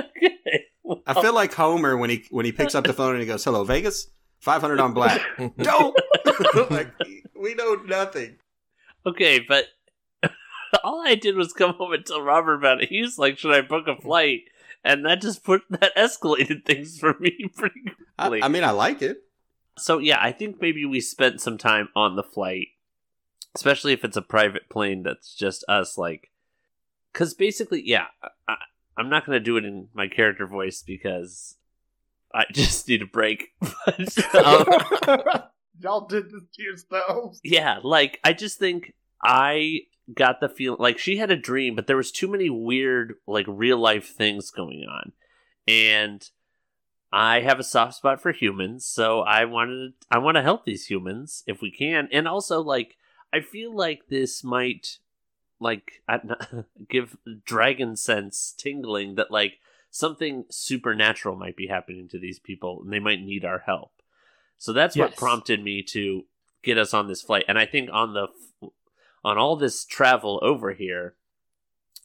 Speaker 6: I feel like Homer when he when he picks up the phone and he goes, "Hello, Vegas, five hundred on black." Dope. like we know nothing.
Speaker 4: Okay, but all I did was come home and tell Robert about it. He was like, "Should I book a flight?" And that just put that escalated things for me pretty. Good.
Speaker 6: I, I mean, I like it.
Speaker 4: So yeah, I think maybe we spent some time on the flight, especially if it's a private plane that's just us. Like, because basically, yeah, I, I'm not gonna do it in my character voice because I just need a break. But, um,
Speaker 5: Y'all did this to yourselves.
Speaker 4: yeah like i just think i got the feeling like she had a dream but there was too many weird like real life things going on and i have a soft spot for humans so i wanted i want to help these humans if we can and also like i feel like this might like I, give dragon sense tingling that like something supernatural might be happening to these people and they might need our help. So that's what
Speaker 5: Yes.
Speaker 4: prompted me to get us on this flight. And I think on the f- on all this travel over here,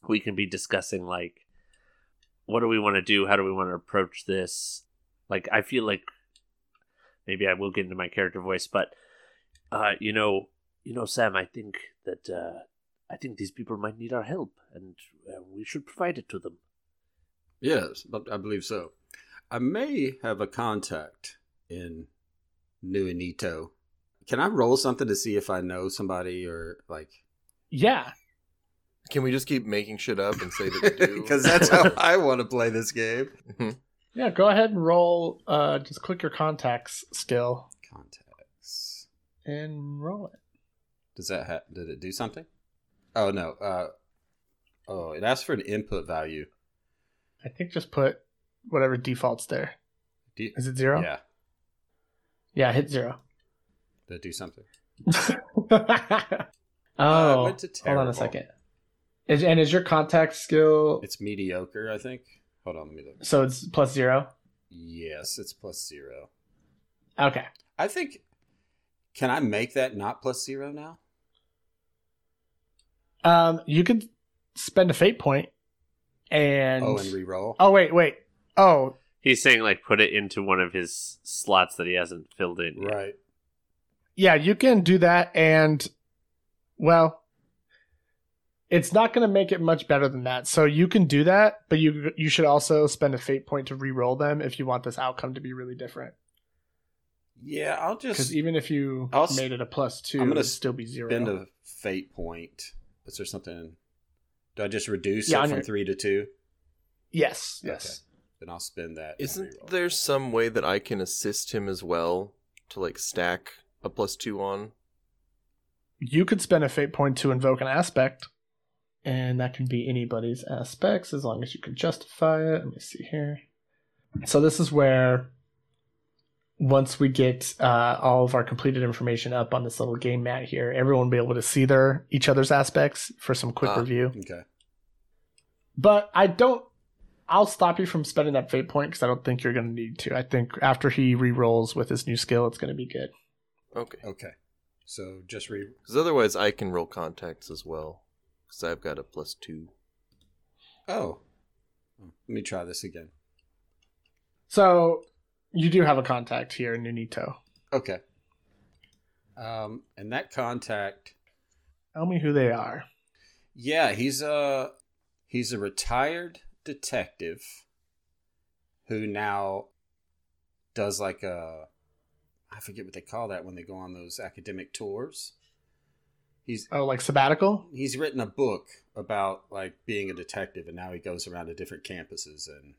Speaker 4: we can be discussing like what do we want to do? How do we want to approach this? Like I feel like maybe I will get into my character voice, but uh, you know, you know, Sam, I think that uh, I think these people might need our help, and uh, we should provide it to them.
Speaker 6: Yes, but I believe so. I may have a contact in Nuinito. Can I roll something to see if I know somebody or like?
Speaker 5: Yeah.
Speaker 2: Can we just keep making shit up and say that we do?
Speaker 6: Because that's how I want to play this game.
Speaker 5: Yeah, go ahead and roll. Uh, just click your contacts skill
Speaker 6: Contacts.
Speaker 5: and roll it.
Speaker 6: Does that ha- did it do something? Oh no. Uh, oh, it asks for an input value.
Speaker 5: I think just put whatever defaults there.
Speaker 6: Do you-
Speaker 5: Is it zero?
Speaker 6: yeah.
Speaker 5: Yeah, hit zero.
Speaker 6: Did it do something?
Speaker 5: oh,
Speaker 6: Uh, it went to
Speaker 5: hold on
Speaker 6: terrible.
Speaker 5: a second. Is, and is your contact skill
Speaker 6: It's mediocre, I think. Hold on, let me look.
Speaker 5: so it's plus zero?
Speaker 6: Yes, it's plus zero.
Speaker 5: Okay.
Speaker 6: I think. Can I make that not plus zero now?
Speaker 5: Um, you could spend a fate point and
Speaker 6: oh, and re-roll.
Speaker 5: oh wait wait oh
Speaker 4: He's saying like put it into one of his slots that he hasn't filled in. yet.
Speaker 6: right.
Speaker 5: yeah you can do that and well it's not going to make it much better than that so you can do that but you you should also spend a fate point to re-roll them if you want this outcome to be really different
Speaker 6: Yeah, I'll just
Speaker 5: because even if you
Speaker 6: I'll s-
Speaker 5: made it a plus two
Speaker 6: I'm gonna
Speaker 5: it'd still be zero
Speaker 6: spend a fate point. Is there something? Do I just reduce
Speaker 5: Yeah,
Speaker 6: it
Speaker 5: on
Speaker 6: from
Speaker 5: your-
Speaker 6: three to two?
Speaker 5: yes
Speaker 6: Okay.
Speaker 5: yes
Speaker 6: Then I'll spend that. and
Speaker 2: Isn't
Speaker 6: re-roll.
Speaker 2: there some way that I can assist him as well to like stack a plus two on?
Speaker 5: you could spend a fate point to invoke an aspect, and that can be anybody's aspects as long as you can justify it. Let me see here. So this is where once we get uh, all of our completed information up on this little game mat here, everyone will be able to see their each other's aspects for some quick
Speaker 2: Ah.
Speaker 5: review.
Speaker 6: Okay.
Speaker 5: But I don't. I'll stop you from spending that fate point because I don't think you're going to need to. I think after he re-rolls with his new skill, it's going to be good.
Speaker 2: Okay,
Speaker 6: Okay. So just re.
Speaker 2: because otherwise I can roll contacts as well because I've got a plus two.
Speaker 6: Oh. Let me try this again.
Speaker 5: So you do have a contact here in Nunito.
Speaker 6: Okay. Um, and that contact.
Speaker 5: Tell me who they are.
Speaker 6: Yeah, he's a he's a retired detective who now does like a I forget what they call that when they go on those academic tours. He's
Speaker 5: Oh, like sabbatical?
Speaker 6: he's written a book about like being a detective and now he goes around to different campuses and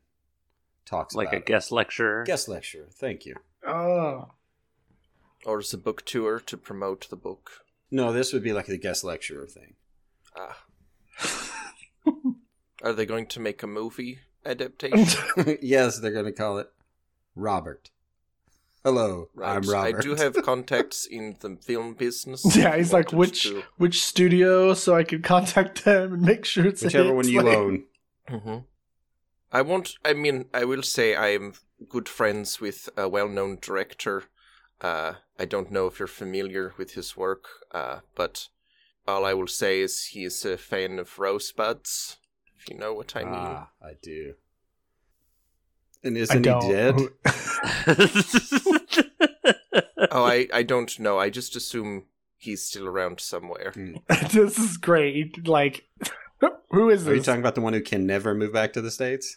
Speaker 6: talks
Speaker 4: Like
Speaker 6: about
Speaker 4: a guest lecturer.
Speaker 6: it. guest lecturer. Thank you.
Speaker 5: Oh.
Speaker 2: Or is a book tour to promote the book?
Speaker 6: No, this would be like the guest lecturer thing.
Speaker 2: Ah. Are they going to make a movie adaptation?
Speaker 6: yes, they're going to call it Robert. Hello, I'm Robert.
Speaker 2: I do have contacts in the film business.
Speaker 5: Yeah, he's like,
Speaker 2: Wanted
Speaker 5: which
Speaker 2: to-
Speaker 5: which studio so I could contact them and make sure it's a
Speaker 6: whichever
Speaker 5: hit.
Speaker 6: one you
Speaker 5: Like-
Speaker 6: own. Mm-hmm.
Speaker 2: hmm I won't. I mean, I will say I am good friends with a well-known director. Uh, I don't know if you're familiar with his work, uh, but all I will say is he is a fan of rosebuds. If you know what I mean.
Speaker 6: Ah, I do. And isn't
Speaker 5: don't.
Speaker 6: he dead?
Speaker 2: oh, I I don't know. I just assume he's still around somewhere.
Speaker 5: this is great. Like, who is
Speaker 6: Are you
Speaker 5: this?
Speaker 6: talking about the one who can never move back to the states?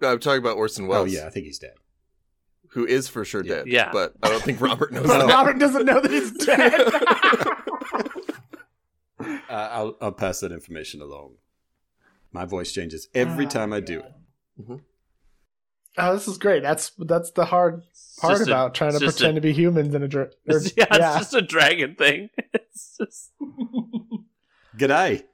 Speaker 2: No, I'm talking about Orson
Speaker 6: Well, oh
Speaker 2: Welles.
Speaker 6: yeah, I think he's dead.
Speaker 2: who is for sure
Speaker 6: Yeah.
Speaker 2: dead.
Speaker 4: Yeah.
Speaker 2: but I don't think Robert knows
Speaker 5: But
Speaker 2: that.
Speaker 5: Robert doesn't know that he's dead.
Speaker 6: Uh, I'll, I'll pass that information along. My voice changes every
Speaker 5: Ah,
Speaker 6: time I do it.
Speaker 5: oh, this is great. That's that's the hard part about trying to pretend to be humans in a dr- or-
Speaker 4: yeah, it's
Speaker 5: yeah.
Speaker 4: just a dragon thing. It's just
Speaker 6: G'day.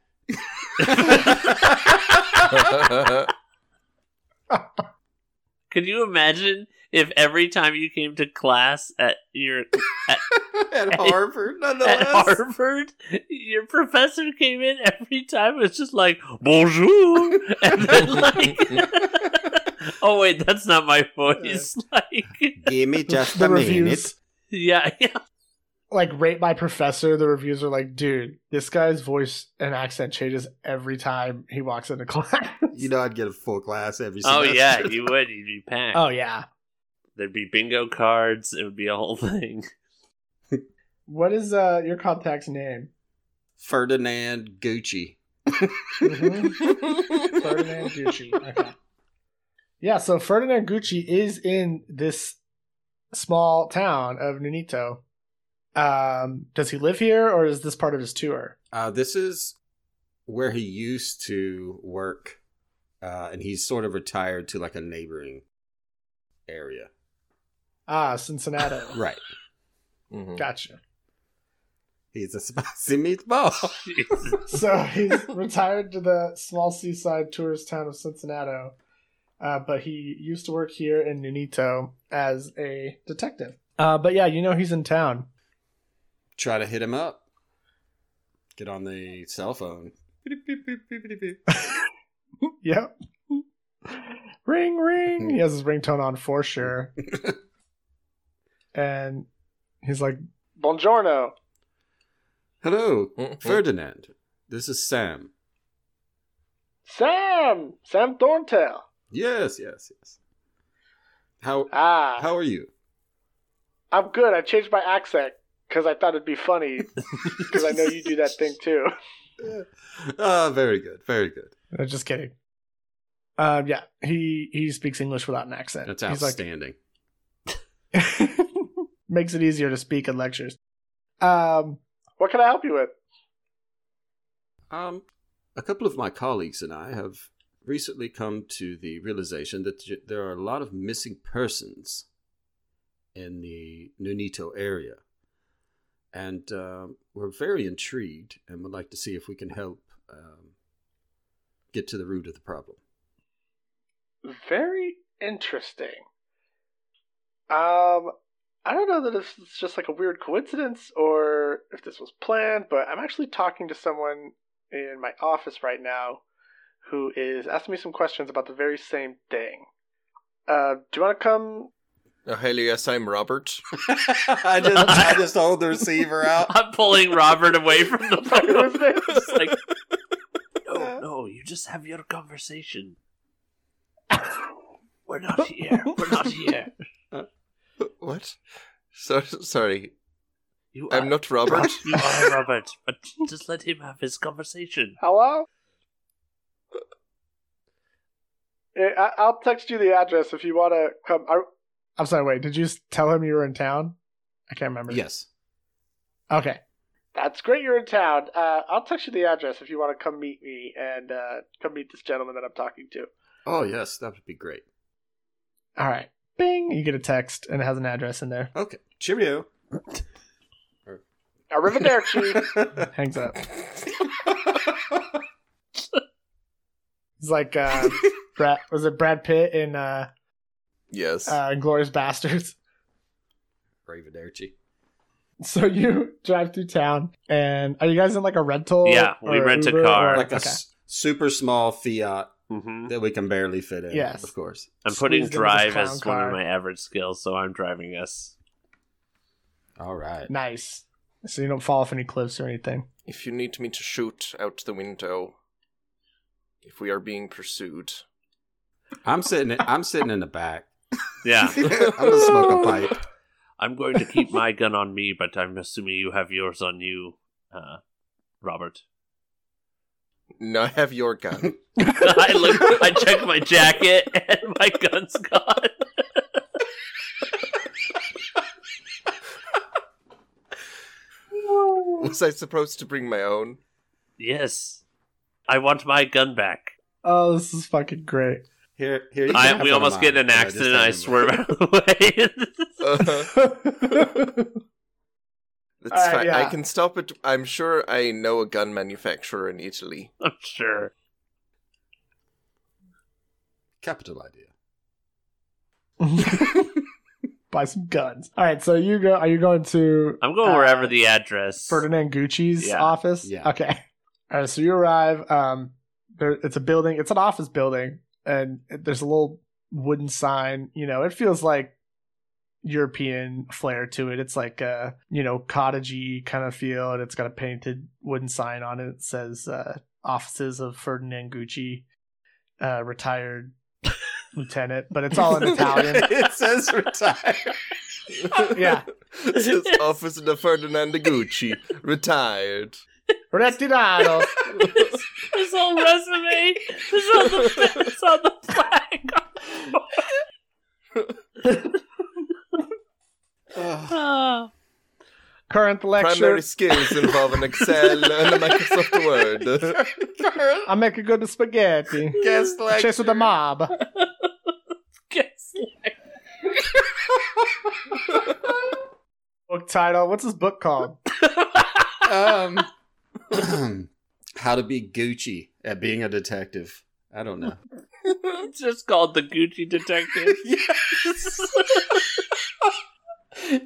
Speaker 4: Could you imagine if every time you came to class at your at,
Speaker 2: At Harvard, nonetheless.
Speaker 4: At Harvard, your professor came in every time. It was just like bonjour, and then like, oh wait, that's not my voice. Like,
Speaker 6: Give me just
Speaker 5: The
Speaker 6: a minute.
Speaker 5: reviews,
Speaker 4: yeah, yeah,
Speaker 5: like rate my professor. The reviews are like, dude, this guy's voice and accent changes every time he walks into class.
Speaker 6: You know, I'd get a full class every.
Speaker 4: oh
Speaker 6: Semester.
Speaker 4: yeah, you would. You'd be packed.
Speaker 5: oh yeah.
Speaker 4: There'd be bingo cards. It would be a whole thing.
Speaker 5: What is uh your contact's name?
Speaker 6: Ferdinand Gucci.
Speaker 5: Mhm. Ferdinand Gucci. Okay. Yeah, so Ferdinand Gucci is in this small town of Nunito. Um, does he live here or is this part of his tour?
Speaker 6: Uh, this is where he used to work, uh, and he's sort of retired to like a neighboring area.
Speaker 5: Ah, Cincinnati.
Speaker 6: Right.
Speaker 2: Mhm.
Speaker 5: Gotcha.
Speaker 6: He's a spicy meatball.
Speaker 4: Jesus.
Speaker 5: So he's retired to the small seaside tourist town of Cincinnati, uh, but he used to work here in Nunito as a detective. Uh, but yeah, you know he's in town.
Speaker 6: Try to hit him up. Get on the cell phone.
Speaker 5: Yep. ring, ring. He has his ringtone on for sure. and he's like, Buongiorno.
Speaker 6: Hello,
Speaker 2: Mhm.
Speaker 6: Ferdinand. This is Sam.
Speaker 5: Sam! Sam Thorntail.
Speaker 6: Yes, yes, yes. How
Speaker 5: Ah,
Speaker 6: how are you?
Speaker 5: I'm good. I changed my accent because I thought it'd be funny because I know you do that thing too.
Speaker 6: Ah, very good, very good.
Speaker 5: No, just kidding. Um, yeah, he he speaks English without an accent.
Speaker 6: That's
Speaker 5: He's like,
Speaker 6: outstanding.
Speaker 5: makes it easier to speak in lectures. Um, what can I help you with?
Speaker 6: Um, a couple of my colleagues and I have recently come to the realization that j- there are a lot of missing persons in the Nunito area. And um we're very intrigued and would like to see if we can help um, get to the root of the problem.
Speaker 5: Very interesting. Um, I don't know that if it's just like a weird coincidence or if this was planned, but I'm actually talking to someone in my office right now who is asking me some questions about the very same thing. Uh, do you want to come?
Speaker 2: Uh, hello, yes, I'm Robert.
Speaker 6: I just I just hold the receiver out.
Speaker 4: I'm pulling Robert away from the
Speaker 5: Who is
Speaker 4: phone.
Speaker 5: this?
Speaker 4: Just like, no, no, you just have your conversation. We're not here. We're not here.
Speaker 2: What? So sorry.
Speaker 4: You are,
Speaker 2: I'm not Robert.
Speaker 4: You are Robert, but just let him have his conversation.
Speaker 5: Hello? I, I'll text you the address if you want to come. I, I'm sorry, wait, did you s- tell him you were in town? I can't remember.
Speaker 6: Yes.
Speaker 5: Okay. That's great you're in town. Uh, I'll text you the address if you want to come meet me and uh, come meet this gentleman that I'm talking to.
Speaker 6: Oh yes, that would be great.
Speaker 5: All right. Bing! You get a text and it has an address in there.
Speaker 6: Okay. Cheerio.
Speaker 5: Arrivederci! Hangs up. It's like, uh, Brad, was it Brad Pitt in uh,
Speaker 2: yes.
Speaker 5: uh, Glorious Bastards?
Speaker 6: Arrivederci.
Speaker 5: So you drive through town, and are you guys in like a rental?
Speaker 4: Yeah, we
Speaker 5: or
Speaker 4: rent a
Speaker 5: Uber
Speaker 4: car.
Speaker 5: or-
Speaker 6: like a
Speaker 5: okay.
Speaker 6: s- super small Fiat
Speaker 4: Mm-hmm.
Speaker 6: that we can barely fit in.
Speaker 5: Yes.
Speaker 6: of course.
Speaker 4: I'm putting
Speaker 5: Squeezed into this
Speaker 4: drive
Speaker 5: clown
Speaker 4: as one
Speaker 5: car.
Speaker 4: of my average skills, so I'm driving us.
Speaker 6: All right.
Speaker 5: nice. So you don't fall off any cliffs or anything.
Speaker 2: if you need me to shoot out the window, if we are being pursued,
Speaker 6: I'm sitting. In, I'm sitting in the back.
Speaker 4: Yeah,
Speaker 6: I'm gonna smoke a pipe.
Speaker 4: I'm going to keep my gun on me, but I'm assuming you have yours on you, uh, Robert.
Speaker 2: no, I have your gun.
Speaker 4: I look. I check my jacket, and my gun's gone.
Speaker 2: Was I supposed to bring my own?
Speaker 4: Yes, I want my gun back.
Speaker 5: Oh, this is fucking great.
Speaker 6: Here, here. You can
Speaker 4: I,
Speaker 6: have
Speaker 4: we
Speaker 6: one of
Speaker 4: almost get in
Speaker 6: mine,
Speaker 4: an
Speaker 6: but
Speaker 4: accident. I,
Speaker 6: just
Speaker 4: swerve out of the
Speaker 2: Uh,
Speaker 4: way.
Speaker 5: All
Speaker 2: that's fine.
Speaker 5: Alright,
Speaker 2: I
Speaker 5: Uh, yeah.
Speaker 2: can stop it. I'm sure I know a gun manufacturer in Italy.
Speaker 4: I'm sure.
Speaker 6: Capital idea.
Speaker 5: buy some guns. All right, so you go. Are you going to?
Speaker 4: I'm going
Speaker 5: uh,
Speaker 4: wherever the address.
Speaker 5: Ferdinand Gucci's
Speaker 4: Yeah.
Speaker 5: office.
Speaker 6: Yeah.
Speaker 5: Okay. All right. So you arrive. Um, there, it's a building. It's an office building, and it- there's a little wooden sign. You know, it feels like European flair to it. It's like a you know cottagey kind of feel, and it's got a painted wooden sign on it. It says uh, "Offices of Ferdinand Gucci, uh, retired lieutenant," but it's all in Italian.
Speaker 6: it says retire.
Speaker 5: Yeah.
Speaker 2: This is Officer de Ferdinand Gucci, retired.
Speaker 5: Retirado.
Speaker 4: this, this whole resume is on the, it's on the flag.
Speaker 6: Ugh.
Speaker 4: Ah.
Speaker 5: Current lecture.
Speaker 2: Primary skills involving Excel and Microsoft Word.
Speaker 5: I make a good spaghetti.
Speaker 6: Guest
Speaker 5: Chase with the mob.
Speaker 4: Guess.
Speaker 5: book title. What's this book called? uh,
Speaker 6: um, how to be Gucci at being a detective. I don't know.
Speaker 4: It's just called the Gucci Detective.
Speaker 6: yes.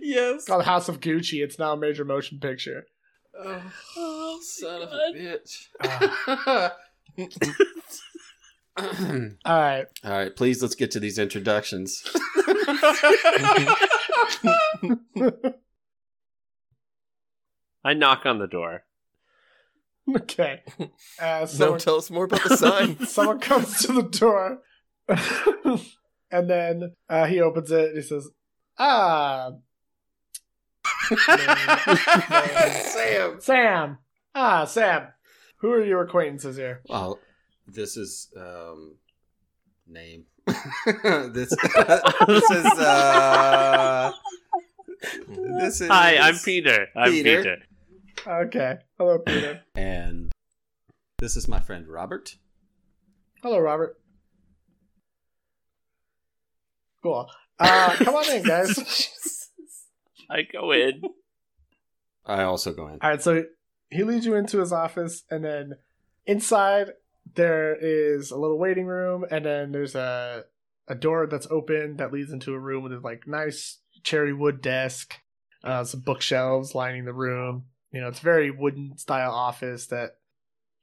Speaker 6: yes.
Speaker 5: It's called House of Gucci. It's now a major motion picture.
Speaker 6: Oh, son of
Speaker 4: God.
Speaker 6: a bitch.
Speaker 5: Ah. All right.
Speaker 6: All right, please let's get to these introductions.
Speaker 4: I knock on the door.
Speaker 5: Okay. Uh,
Speaker 2: Now
Speaker 5: someone,
Speaker 2: tell us more about the sign.
Speaker 5: someone comes to the door, and then uh, he opens it. and He says, "Ah,
Speaker 6: Sam.
Speaker 5: Sam. Ah, Sam. Who are your acquaintances here?"
Speaker 6: Well, this is um name. this this is uh this is
Speaker 4: Hi, I'm Peter. I'm
Speaker 6: Peter.
Speaker 4: Peter.
Speaker 5: Okay. Hello, Peter.
Speaker 6: and this is my friend Robert.
Speaker 5: Hello, Robert. Cool. Uh, come on in, guys.
Speaker 4: I go in.
Speaker 6: I also go in.
Speaker 5: All right, so he leads you into his office, and then inside there is a little waiting room, and then there's a a door that's open that leads into a room with a like nice cherry wood desk, uh, some bookshelves lining the room. You know, it's a very wooden style office that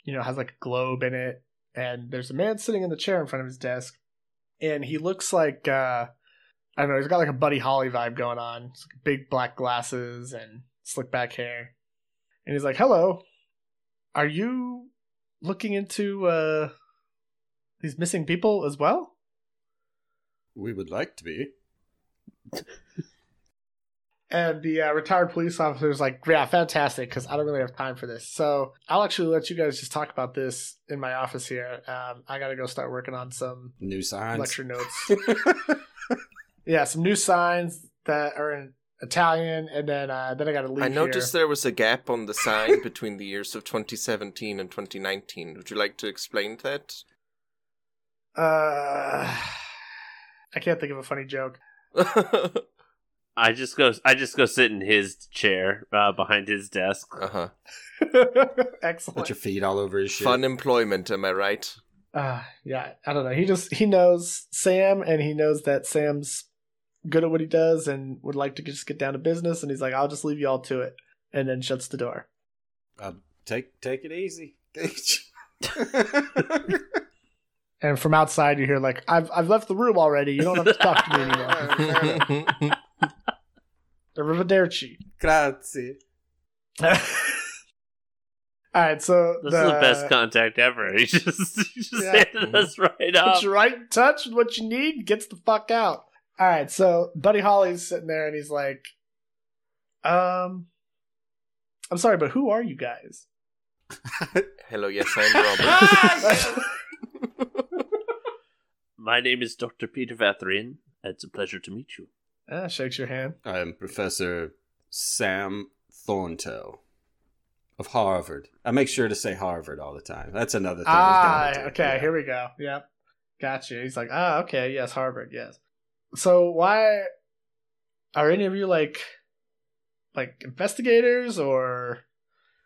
Speaker 5: you know has like a globe in it, and there's a man sitting in the chair in front of his desk, and he looks like uh, I don't know, he's got like a Buddy Holly vibe going on, He's got big black glasses and slick back hair and he's like, "Hello, are you looking into uh, these missing people as well?"
Speaker 6: We would like to be.
Speaker 5: And the uh, retired police officer's like, "Yeah, fantastic, because I don't really have time for this. So I'll actually let you guys just talk about this in my office here. Um, I gotta go start working on some
Speaker 6: New signs.
Speaker 5: lecture notes. yeah, some new signs that are in Italian, and then uh, then I gotta leave.
Speaker 2: I noticed
Speaker 5: here.
Speaker 2: there was a gap on the sign between the years of 2017 and 2019. Would you like to explain that?
Speaker 5: Uh, I can't think of a funny joke.
Speaker 6: Uh-huh.
Speaker 2: uh
Speaker 4: I just go. I just go sit in his chair uh, behind his desk.
Speaker 2: huh.
Speaker 5: Excellent.
Speaker 6: Put your feet all over his shit.
Speaker 2: Fun employment, am I right?
Speaker 5: uh yeah i don't know he just he knows sam and he knows that sam's good at what he does and would like to just get down to business and he's like i'll just leave you all to it and then shuts the door
Speaker 6: Uh, take take it easy.
Speaker 5: and from outside you hear like i've i've left the room already you don't have to talk to me anymore arrivederci
Speaker 6: Grazie.
Speaker 5: all right so
Speaker 4: This is the best contact ever. He just, he just
Speaker 5: Yeah.
Speaker 4: handed us right
Speaker 5: Puts
Speaker 4: up.
Speaker 5: you right in touch with what you need, gets the fuck out. All right, so Buddy Holly's sitting there and he's like, um, I'm sorry, but who are you guys?
Speaker 2: Hello, yes, I'm Robert.
Speaker 6: Ah,
Speaker 4: My name is Doctor Peter Vathrian. It's a pleasure to meet you.
Speaker 5: Ah, shakes your hand.
Speaker 6: I am Professor Sam Thorntoe of Harvard. I make sure to say Harvard all the time. That's another thing. we've
Speaker 5: Ah,
Speaker 6: gotta do.
Speaker 5: okay, here we go. Yep. Gotcha. He's like, ah, okay, yes, Harvard, yes. So why are any of you like like investigators or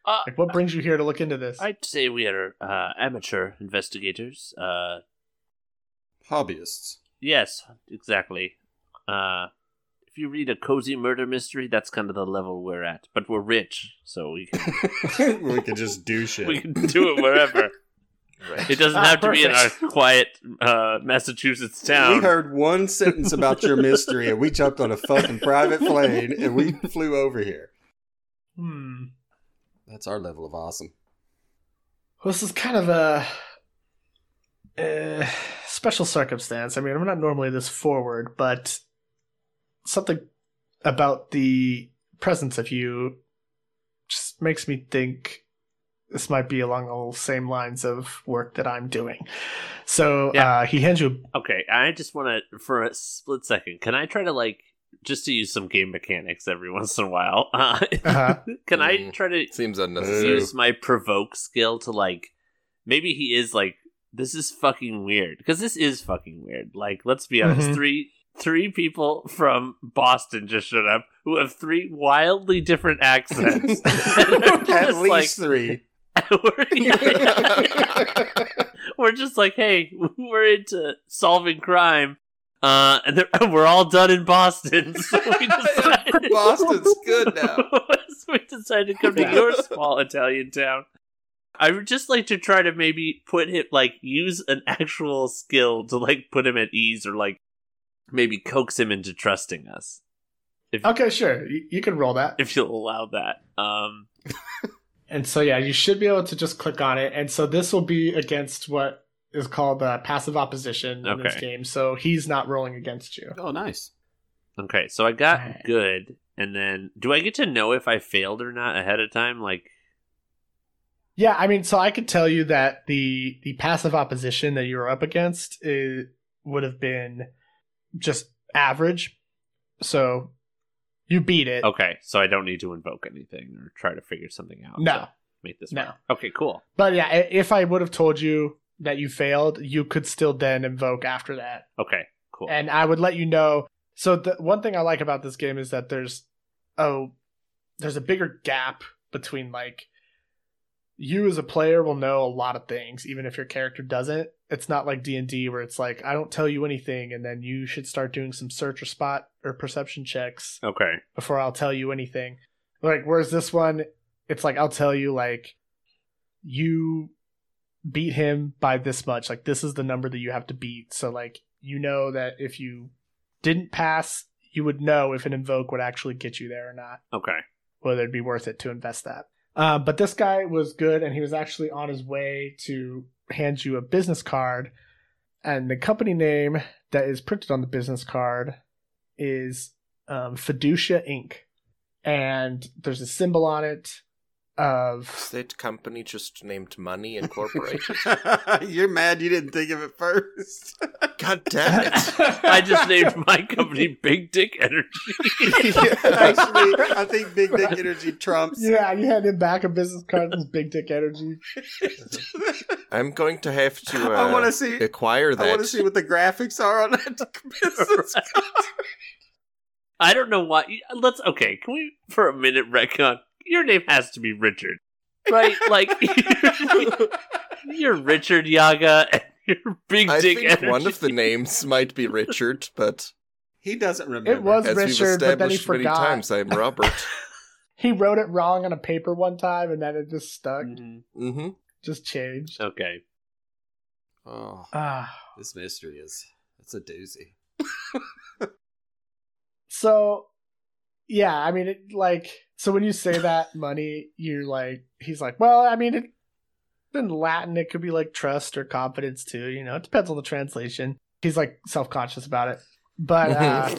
Speaker 4: Uh,
Speaker 5: like what brings you here to look into this?
Speaker 4: I'd say we are uh, amateur investigators. Uh,
Speaker 6: Hobbyists.
Speaker 4: yes, exactly. Uh, if you read a cozy murder mystery, that's kind of the level we're at. But we're rich, so we can
Speaker 6: we could just do shit.
Speaker 4: we can do it wherever.
Speaker 2: Right.
Speaker 4: It doesn't
Speaker 5: Ah,
Speaker 4: have to be in our
Speaker 5: perfect.
Speaker 4: quiet uh, Massachusetts
Speaker 6: We
Speaker 4: town.
Speaker 6: heard one sentence about your mystery, and we jumped on a fucking private plane, and we flew over here.
Speaker 5: Hmm.
Speaker 6: That's our level of awesome.
Speaker 5: Well, this is kind of a, uh special circumstance. I mean, I'm not normally this forward, but something about the presence of you just makes me think this might be along the same lines of work that I'm doing. So
Speaker 4: Yeah.
Speaker 5: uh, he hands you.
Speaker 4: Okay, I just want to, for a split second, can I try to like just to use some game mechanics every once in a while? Uh,
Speaker 6: Uh-huh.
Speaker 5: Uh,
Speaker 4: can I
Speaker 2: Mm.
Speaker 4: try to
Speaker 2: Seems
Speaker 6: Boo.
Speaker 2: unnecessary.
Speaker 4: use my provoke skill to like maybe he is like this is fucking weird because this is fucking weird like let's be honest
Speaker 5: Mhm.
Speaker 4: three three people from boston just showed up who have three wildly different accents And we're
Speaker 6: At
Speaker 4: just
Speaker 6: least
Speaker 4: like-
Speaker 6: three.
Speaker 4: we're, we're just like hey we're into solving crime uh, and they're- we're all done in Boston. So we decided,
Speaker 2: Boston's good now.
Speaker 4: so we decided to come to
Speaker 6: Yeah.
Speaker 4: your small Italian town. I would just like to try to maybe put him like use an actual skill to like put him at ease or like maybe coax him into trusting us
Speaker 5: okay, sure. You, you can roll that.
Speaker 4: if you'll allow that. Um
Speaker 5: And so, yeah, you should be able to just click on it. And so, this will be against what is called uh, passive opposition in this
Speaker 4: Okay.
Speaker 5: game. So, he's not rolling against you.
Speaker 6: Oh, nice.
Speaker 4: okay, so I got
Speaker 5: Alright.
Speaker 4: good and then do I get to know if I failed or not ahead of time like
Speaker 5: Yeah, I mean, so I could tell you that the the passive opposition that you were up against eh, would have been just average. So you beat it.
Speaker 4: okay, so I don't need to invoke anything or try to figure something out.
Speaker 5: No,
Speaker 4: to Make this
Speaker 5: No.
Speaker 4: work. Okay, cool.
Speaker 5: but yeah, i- if I would have told you that you failed, you could still then invoke after that,
Speaker 4: Okay, cool.
Speaker 5: and I would let you know. So the one thing I like about this game is that there's oh there's a bigger gap between like you as a player will know a lot of things even if your character doesn't it's not like d&d where it's like i don't tell you anything and then you should start doing some search or spot or perception checks
Speaker 4: okay.
Speaker 5: before i'll tell you anything like whereas this one it's like i'll tell you like you beat him by this much like this is the number that you have to beat so like you know that if you didn't pass you would know if an invoke would actually get you there or not
Speaker 4: Okay.
Speaker 5: whether it'd be worth it to invest that. Uh, but this guy was good, and he was actually on his way to hand you a business card, and the company name that is printed on the business card is um, Fiducia Inc. And there's a symbol on it
Speaker 2: Is
Speaker 5: of
Speaker 2: that company just named Money Incorporated?
Speaker 6: You're mad you didn't think of it first.
Speaker 2: God damn it.
Speaker 4: I just named my company Big Dick Energy.
Speaker 6: Actually, I think Big Dick Energy trumps.
Speaker 5: yeah, you handed him back a business card. This big dick energy.
Speaker 2: I'm going to have to uh,
Speaker 6: I want to see.
Speaker 2: acquire
Speaker 6: I want to
Speaker 2: that.
Speaker 6: see what the graphics are on that business
Speaker 4: I don't know why. Let's okay. Can we for a minute retcon? Your name has to be Richard, right? Like you're Richard Yaga and you're Big
Speaker 2: I
Speaker 4: Dick
Speaker 2: think
Speaker 4: Energy.
Speaker 2: one of the names might be Richard, but
Speaker 6: He doesn't remember.
Speaker 5: It was
Speaker 2: as we've
Speaker 5: Richard, but then he
Speaker 2: established many
Speaker 5: forgot.
Speaker 2: times, I'm Robert.
Speaker 5: He wrote it wrong on a paper one time, and then it just stuck,
Speaker 4: Mhm.
Speaker 2: hmm
Speaker 5: just changed.
Speaker 4: Okay.
Speaker 6: Oh,
Speaker 5: Ah.
Speaker 6: this mystery is. It's a doozy.
Speaker 5: So, yeah, I mean, it, like, so when you say that money, you're like, he's like, well, I mean, it, in Latin, it could be like trust or confidence too. You know, it depends on the translation. He's like self conscious about it, but uh,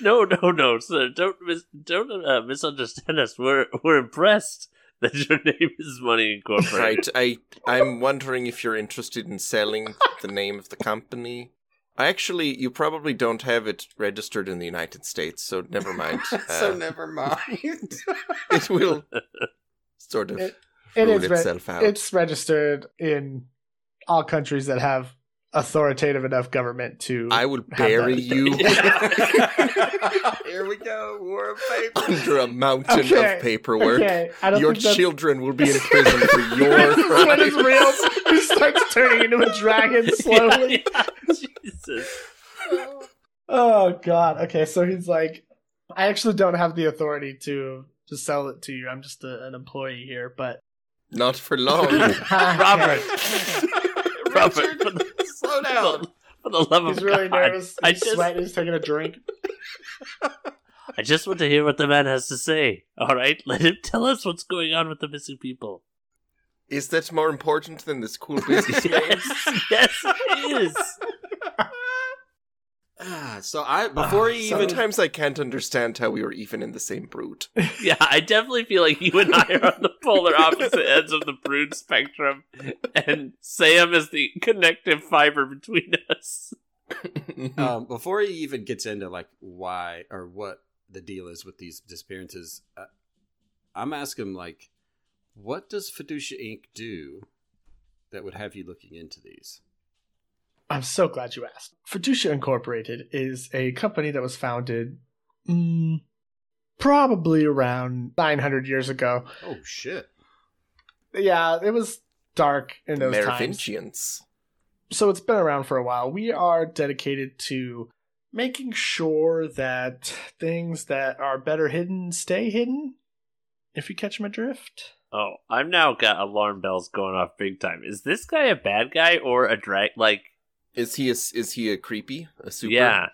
Speaker 4: no, no, no, sir. Don't mis- don't uh, misunderstand us. We're we're impressed that your name is Money Incorporated.
Speaker 2: Right. I I'm wondering if you're interested in selling the name of the company. Actually, you probably don't have it registered in the United States, so never mind.
Speaker 6: so
Speaker 2: Uh,
Speaker 6: never mind.
Speaker 2: it will sort of
Speaker 5: It- it
Speaker 2: rule
Speaker 5: is re-
Speaker 2: itself out.
Speaker 5: it's registered in all countries that have authoritative enough government to
Speaker 2: I would
Speaker 5: Have that
Speaker 2: bury you
Speaker 6: Here we go. War of
Speaker 2: under a mountain
Speaker 5: Okay,
Speaker 2: of paperwork.
Speaker 5: Okay, I don't
Speaker 2: Your
Speaker 5: think that's-
Speaker 2: children will be in prison for your
Speaker 5: this is when
Speaker 2: crime.
Speaker 5: his reels he starts turning into a dragon slowly.
Speaker 4: Yeah, yeah. Jesus.
Speaker 5: Oh god. Okay, so he's like, I actually don't have the authority to to sell it to you. I'm just a, an employee here, but
Speaker 2: Not for long.
Speaker 4: Oh, Robert. Robert,
Speaker 2: Richard,
Speaker 4: for the,
Speaker 2: slow down.
Speaker 4: for the love
Speaker 5: He's
Speaker 4: of
Speaker 5: really
Speaker 4: Oh, God.
Speaker 5: nervous.
Speaker 4: I
Speaker 5: He's
Speaker 4: just-
Speaker 5: sweating. He's taking a drink.
Speaker 4: I just want to hear what the man has to say. All right, let him tell us what's going on with the missing people.
Speaker 2: Is that more important than this cool business name?
Speaker 4: Yes, yes, it is.
Speaker 6: Ah, so I before he even
Speaker 2: Sometimes I can't understand how we were even in the same brood.
Speaker 4: Yeah, I definitely feel like you and I are on the polar opposite ends of the brood spectrum, and Sam is the connective fiber between us.
Speaker 6: um, before he even gets into like why or what the deal is with these disappearances, uh, I'm asking like, what does Fiducia Inc. do that would have you looking into these?
Speaker 5: I'm so glad you asked. Fiducia Incorporated is a company that was founded mm, probably around 900 years ago.
Speaker 6: Oh shit!
Speaker 5: Yeah, it was dark in
Speaker 2: the
Speaker 5: those times.
Speaker 2: Merovingians.
Speaker 5: so it's been around for a while. We are dedicated to making sure that things that are better hidden stay hidden. If you catch my drift,
Speaker 4: Oh, I've now got alarm bells going off big time. Is this guy a bad guy or a drag? Like,
Speaker 2: Is he a, is he a creepy? A super?
Speaker 4: yeah.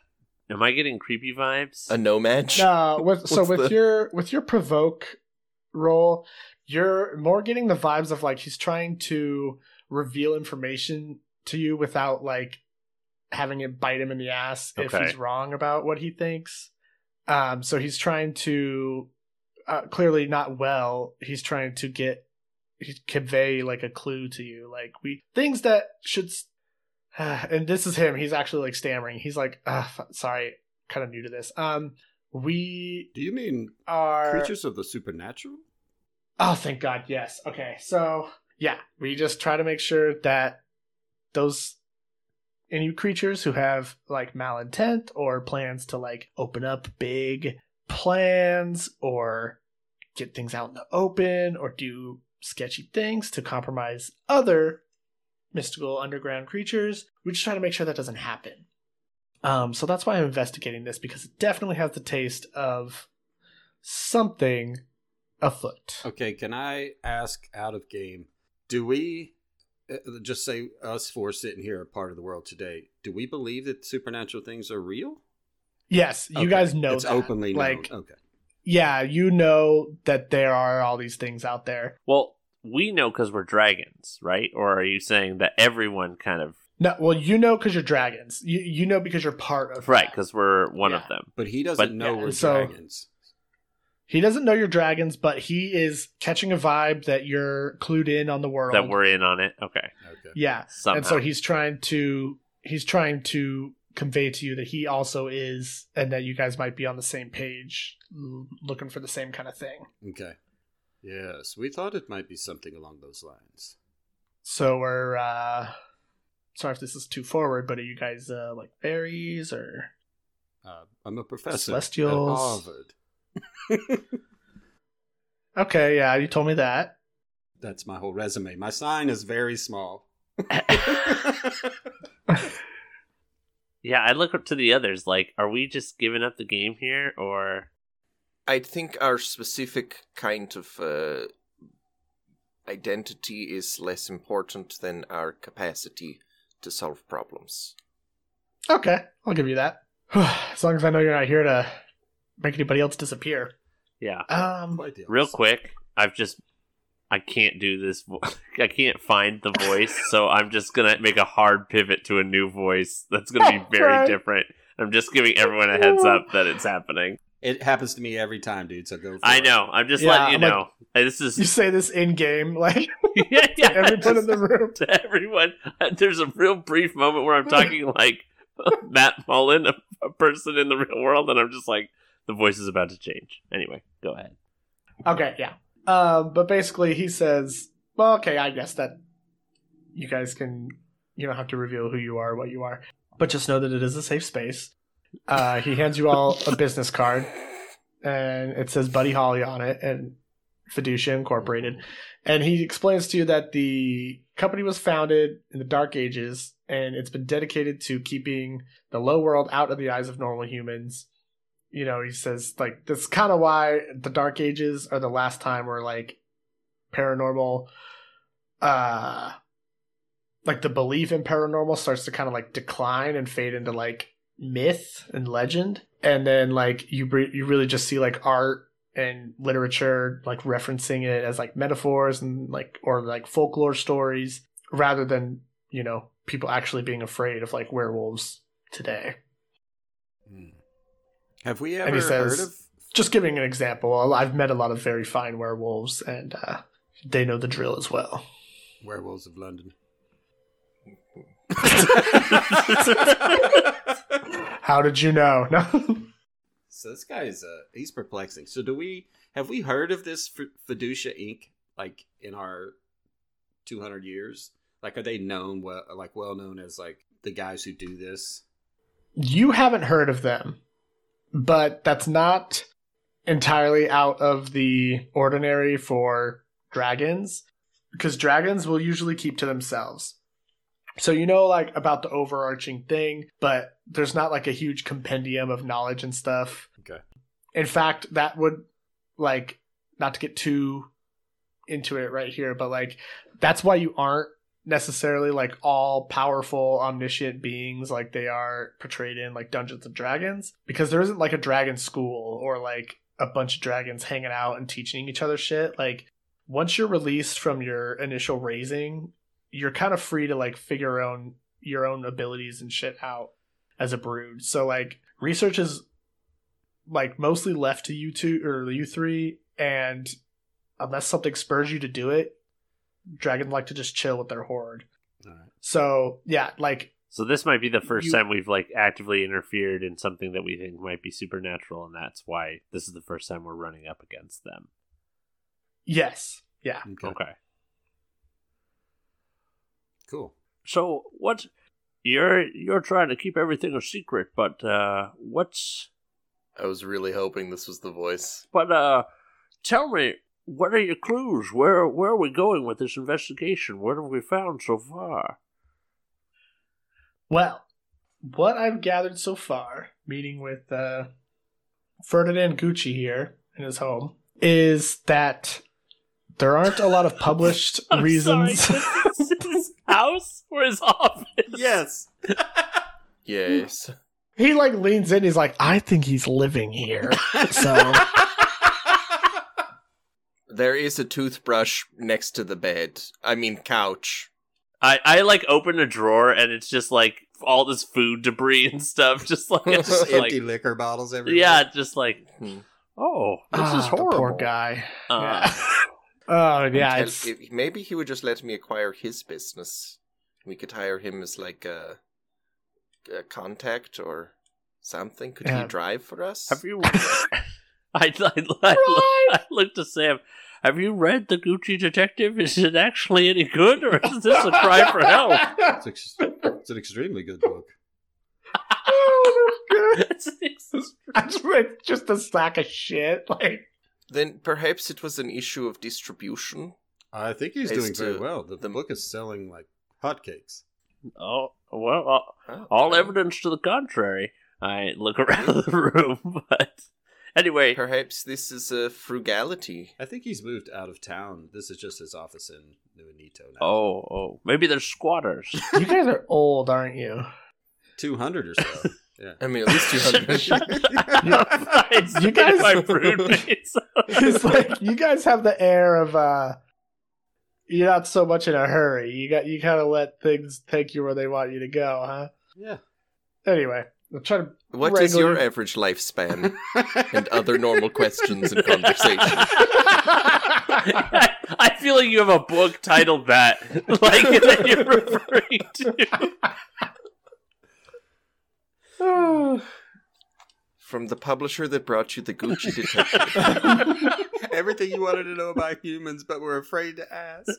Speaker 4: Am I getting creepy vibes?
Speaker 2: A nomad?
Speaker 5: no. With, so
Speaker 2: What's
Speaker 5: with
Speaker 2: the-
Speaker 5: your with your provoke roll, you're more getting the vibes of like he's trying to reveal information to you without like having it bite him in the ass if
Speaker 4: Okay.
Speaker 5: he's wrong about what he thinks. Um, so he's trying to uh, clearly not well. He's trying to get he convey like a clue to you, like we things that should. s- and this is him. He's actually like stammering. He's like, "Ugh, f- sorry, kind of new to this. Um, we
Speaker 6: Do you mean
Speaker 5: are
Speaker 6: creatures of the supernatural?
Speaker 5: Oh, thank God. Yes. Okay. So, yeah, we just try to make sure that those any creatures who have like malintent or plans to like open up big plans or get things out in the open or do sketchy things to compromise other mystical underground creatures, we just try to make sure that doesn't happen. Um, so that's why I'm investigating this because it definitely has the taste of something afoot.
Speaker 6: Okay, can I ask out of game? Do we uh, just say us four sitting here are part of the world today? Do we believe that supernatural things are real?
Speaker 5: Yes, you
Speaker 6: Okay,
Speaker 5: guys know
Speaker 6: it's
Speaker 5: that.
Speaker 6: openly known.
Speaker 5: like
Speaker 6: okay.
Speaker 5: yeah, you know that there are all these things out there.
Speaker 4: well, we know because we're dragons, right? Or are you saying that everyone kind of
Speaker 5: No, well, you know because you're dragons. You you know because you're part of
Speaker 4: right?
Speaker 5: that.
Speaker 4: Because we're one
Speaker 5: Yeah.
Speaker 4: of them.
Speaker 6: But he doesn't
Speaker 4: But-
Speaker 6: know
Speaker 5: yeah,
Speaker 6: we're
Speaker 5: so-
Speaker 6: dragons.
Speaker 5: he doesn't know you're dragons, but he is catching a vibe that you're clued in on the world.
Speaker 4: That we're in on it. Okay.
Speaker 6: Okay.
Speaker 5: yeah,
Speaker 4: Somehow.
Speaker 5: and so he's trying to he's trying to convey to you that he also is, and that you guys might be on the same page, l- looking for the same kind of thing.
Speaker 6: Okay. Yes, we thought it might be something along those lines.
Speaker 5: So we're uh sorry if this is too forward, but are you guys uh like fairies or?
Speaker 6: Uh, I'm a professor
Speaker 5: Celestials.
Speaker 6: at Harvard.
Speaker 5: Okay, yeah, you told me that.
Speaker 6: That's my whole resume. My sign is very small.
Speaker 4: yeah, I look up to the others. Like, are we just giving up the game here, or
Speaker 2: I think our specific kind of uh, identity is less important than our capacity to solve problems.
Speaker 5: Okay, I'll give you that. as long as I know you're not here to make anybody else disappear.
Speaker 4: yeah?
Speaker 5: Um,
Speaker 6: Quite the
Speaker 4: Real
Speaker 6: opposite.
Speaker 4: quick, I've just I can't do this. Vo- I can't find the voice, so I'm just gonna make a hard pivot to a new voice that's gonna be very
Speaker 5: Right.
Speaker 4: different. I'm just giving everyone a heads up that it's happening.
Speaker 6: It happens to me every time, dude. So go. For
Speaker 4: I
Speaker 6: it.
Speaker 4: know. I'm just
Speaker 5: Yeah,
Speaker 4: letting you
Speaker 5: I'm like-
Speaker 4: know. Hey, this
Speaker 5: you
Speaker 4: is
Speaker 5: say this in game, like
Speaker 4: yeah, yeah,
Speaker 5: everyone in
Speaker 4: just-
Speaker 5: the room.
Speaker 4: to everyone. There's a real brief moment where I'm talking like Matt Mullen, a, a person in the real world, and I'm just like, the voice is about to change. Anyway, go ahead.
Speaker 5: Okay, yeah. Uh, Um, but basically, he says, "Well, okay, I guess that you guys can You don't have to reveal who you are, what you are, but just know that it is a safe space. Uh, he hands you all a business card, and it says Buddy Holly on it and Fiducia Incorporated. And he explains to you that the company was founded in the Dark Ages and it's been dedicated to keeping the low world out of the eyes of normal humans. You know, he says, like, that's kind of why the Dark Ages are the last time where, like, paranormal, uh, like the belief in paranormal starts to kind of like decline and fade into like myth and legend. And then, like, you, bre- you really just see like art and literature like referencing it as like metaphors and like or like folklore stories rather than you know people actually being afraid of like werewolves today
Speaker 6: Hmm. Have we
Speaker 5: And
Speaker 6: ever
Speaker 5: he
Speaker 6: heard
Speaker 5: says-
Speaker 6: of?
Speaker 5: just giving an example i've met a lot of very fine werewolves and uh, they know the drill as well
Speaker 6: Werewolves of London.
Speaker 5: how did you know no
Speaker 6: so this guy is uh he's perplexing. So do we have we heard of this F- Fiducia Inc. like in our 200 years? Like are they known well like well known as like the guys who do this?
Speaker 5: you haven't heard of them but that's not entirely out of the ordinary for dragons because dragons will usually keep to themselves so you know like about the overarching thing but there's not like a huge compendium of knowledge and stuff
Speaker 6: Okay.
Speaker 5: in fact that would like not to get too into it right here but like that's why you aren't necessarily like all powerful omniscient beings like they are portrayed in like Dungeons and Dragons because there isn't like a dragon school or like a bunch of dragons hanging out and teaching each other shit like once you're released from your initial raising you're kind of free to like figure your own your own abilities and shit out as a brood so like research is like mostly left to you two or you three and unless something spurs you to do it dragons like to just chill with their horde.
Speaker 6: All right.
Speaker 5: So yeah, like
Speaker 4: So this might be the first
Speaker 5: You-
Speaker 4: time we've like actively interfered in something that we think might be supernatural, and that's why this is the first time we're running up against them.
Speaker 5: yes, yeah.
Speaker 6: Okay.
Speaker 4: Okay.
Speaker 6: Cool.
Speaker 4: So what? You're you're trying to keep everything a secret, but uh, what's
Speaker 2: I was really hoping this was the voice.
Speaker 4: but uh, tell me what are your clues? Where where are we going with this investigation? What have we found so far?
Speaker 5: Well, what I've gathered so far, meeting with uh, Ferdinand Gucci here in his home, is that there aren't a lot of published reasons.
Speaker 4: his house or his office?
Speaker 6: Yes.
Speaker 2: Yes.
Speaker 5: he like leans in. He's like, I think he's living here. So
Speaker 2: There is a toothbrush next to the bed. I mean, couch.
Speaker 4: I, I like open a drawer and it's just like all this food debris and stuff. Just like it's just like
Speaker 6: Empty liquor bottles everywhere.
Speaker 4: yeah, just like
Speaker 2: Hmm.
Speaker 4: oh, this
Speaker 5: Ah,
Speaker 4: is
Speaker 5: the
Speaker 4: horrible.
Speaker 5: poor guy.
Speaker 4: Uh,
Speaker 6: Ah.
Speaker 5: Oh yeah,
Speaker 2: Tell-
Speaker 5: it's
Speaker 2: if- maybe he would just let me acquire his business. We could hire him as like a, a contact or something. Could
Speaker 5: Yeah.
Speaker 2: he drive for us?
Speaker 4: Have you? I, I, I, look, I looked to Sam. Have you read the Gucci Detective? Is it actually any good, or is this a cry for help?
Speaker 6: It's, ex- it's an extremely good book.
Speaker 5: Oh, that's good.
Speaker 4: It's an ex-
Speaker 5: That's like just a sack of shit. Like
Speaker 2: Then perhaps it was an issue of distribution.
Speaker 6: I think he's
Speaker 2: It's
Speaker 6: doing very
Speaker 2: to-
Speaker 6: well. The,
Speaker 2: the-
Speaker 6: book is selling like hotcakes.
Speaker 4: oh well, all, all evidence to the contrary. I look around the room, but anyway,
Speaker 2: Perhaps this is a frugality.
Speaker 6: I think he's moved out of town. This is just his office in Nuanito now.
Speaker 4: Oh, oh, maybe they're squatters.
Speaker 5: you guys are old, aren't you?
Speaker 6: 200 or so. yeah.
Speaker 2: I mean, at least two hundred.
Speaker 4: Shut up. I spit
Speaker 5: guys-
Speaker 4: my brood mates.
Speaker 5: It's like you guys have the air of uh you're not so much in a hurry. You got you kind of let things take you where they want you to go, huh?
Speaker 6: Yeah.
Speaker 5: Anyway, I'm trying to
Speaker 2: What is your
Speaker 5: Regular.
Speaker 2: average lifespan? and other normal questions and conversation.
Speaker 4: I, I feel like you have a book titled that, like that you're referring to.
Speaker 2: From the publisher that brought you the Gucci detective.
Speaker 6: Everything you wanted to know about humans, but were afraid to ask.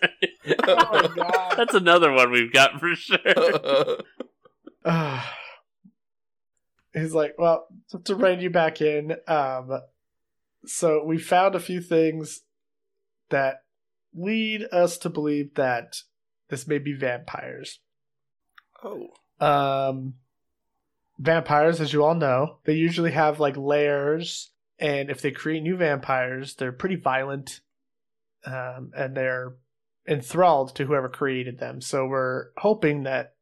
Speaker 5: Oh my God.
Speaker 4: That's another one we've got for sure.
Speaker 5: Ah. He's like, well, to, to rein you back in, um, so we found a few things that lead us to believe that this may be vampires.
Speaker 2: oh.
Speaker 5: Um, vampires, as you all know, they usually have like layers, and if they create new vampires, they're pretty violent, um, and they're enthralled to whoever created them. So we're hoping that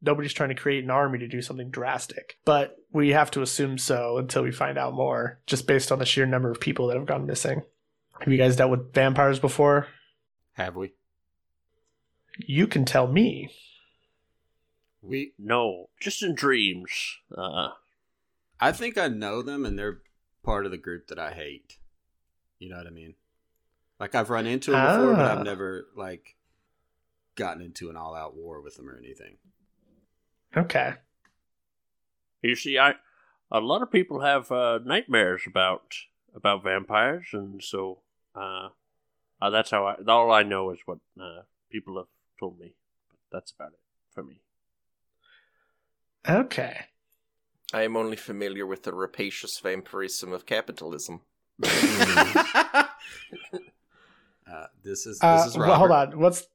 Speaker 5: nobody's trying to create an army to do something drastic, but we have to assume so until we find out more, just based on the sheer number of people that have gone missing. Have you guys dealt with vampires before?
Speaker 6: Have we?
Speaker 5: You can tell me.
Speaker 6: We
Speaker 4: No, just in dreams. Uh,
Speaker 6: I think I know them, and they're part of the group that I hate. You know what I mean? Like I've run into them before, but
Speaker 5: Ah.
Speaker 6: I've never like gotten into an all-out war with them or anything.
Speaker 5: Okay.
Speaker 4: you see, I a lot of people have uh, nightmares about about vampires, and so uh, uh, that's how I. All I know is what uh, people have told me. But that's about it for me.
Speaker 5: Okay.
Speaker 2: I am only familiar with the rapacious vampirism of capitalism.
Speaker 6: Uh, this is this
Speaker 5: Uh,
Speaker 6: is Robert.
Speaker 5: well, hold on. What's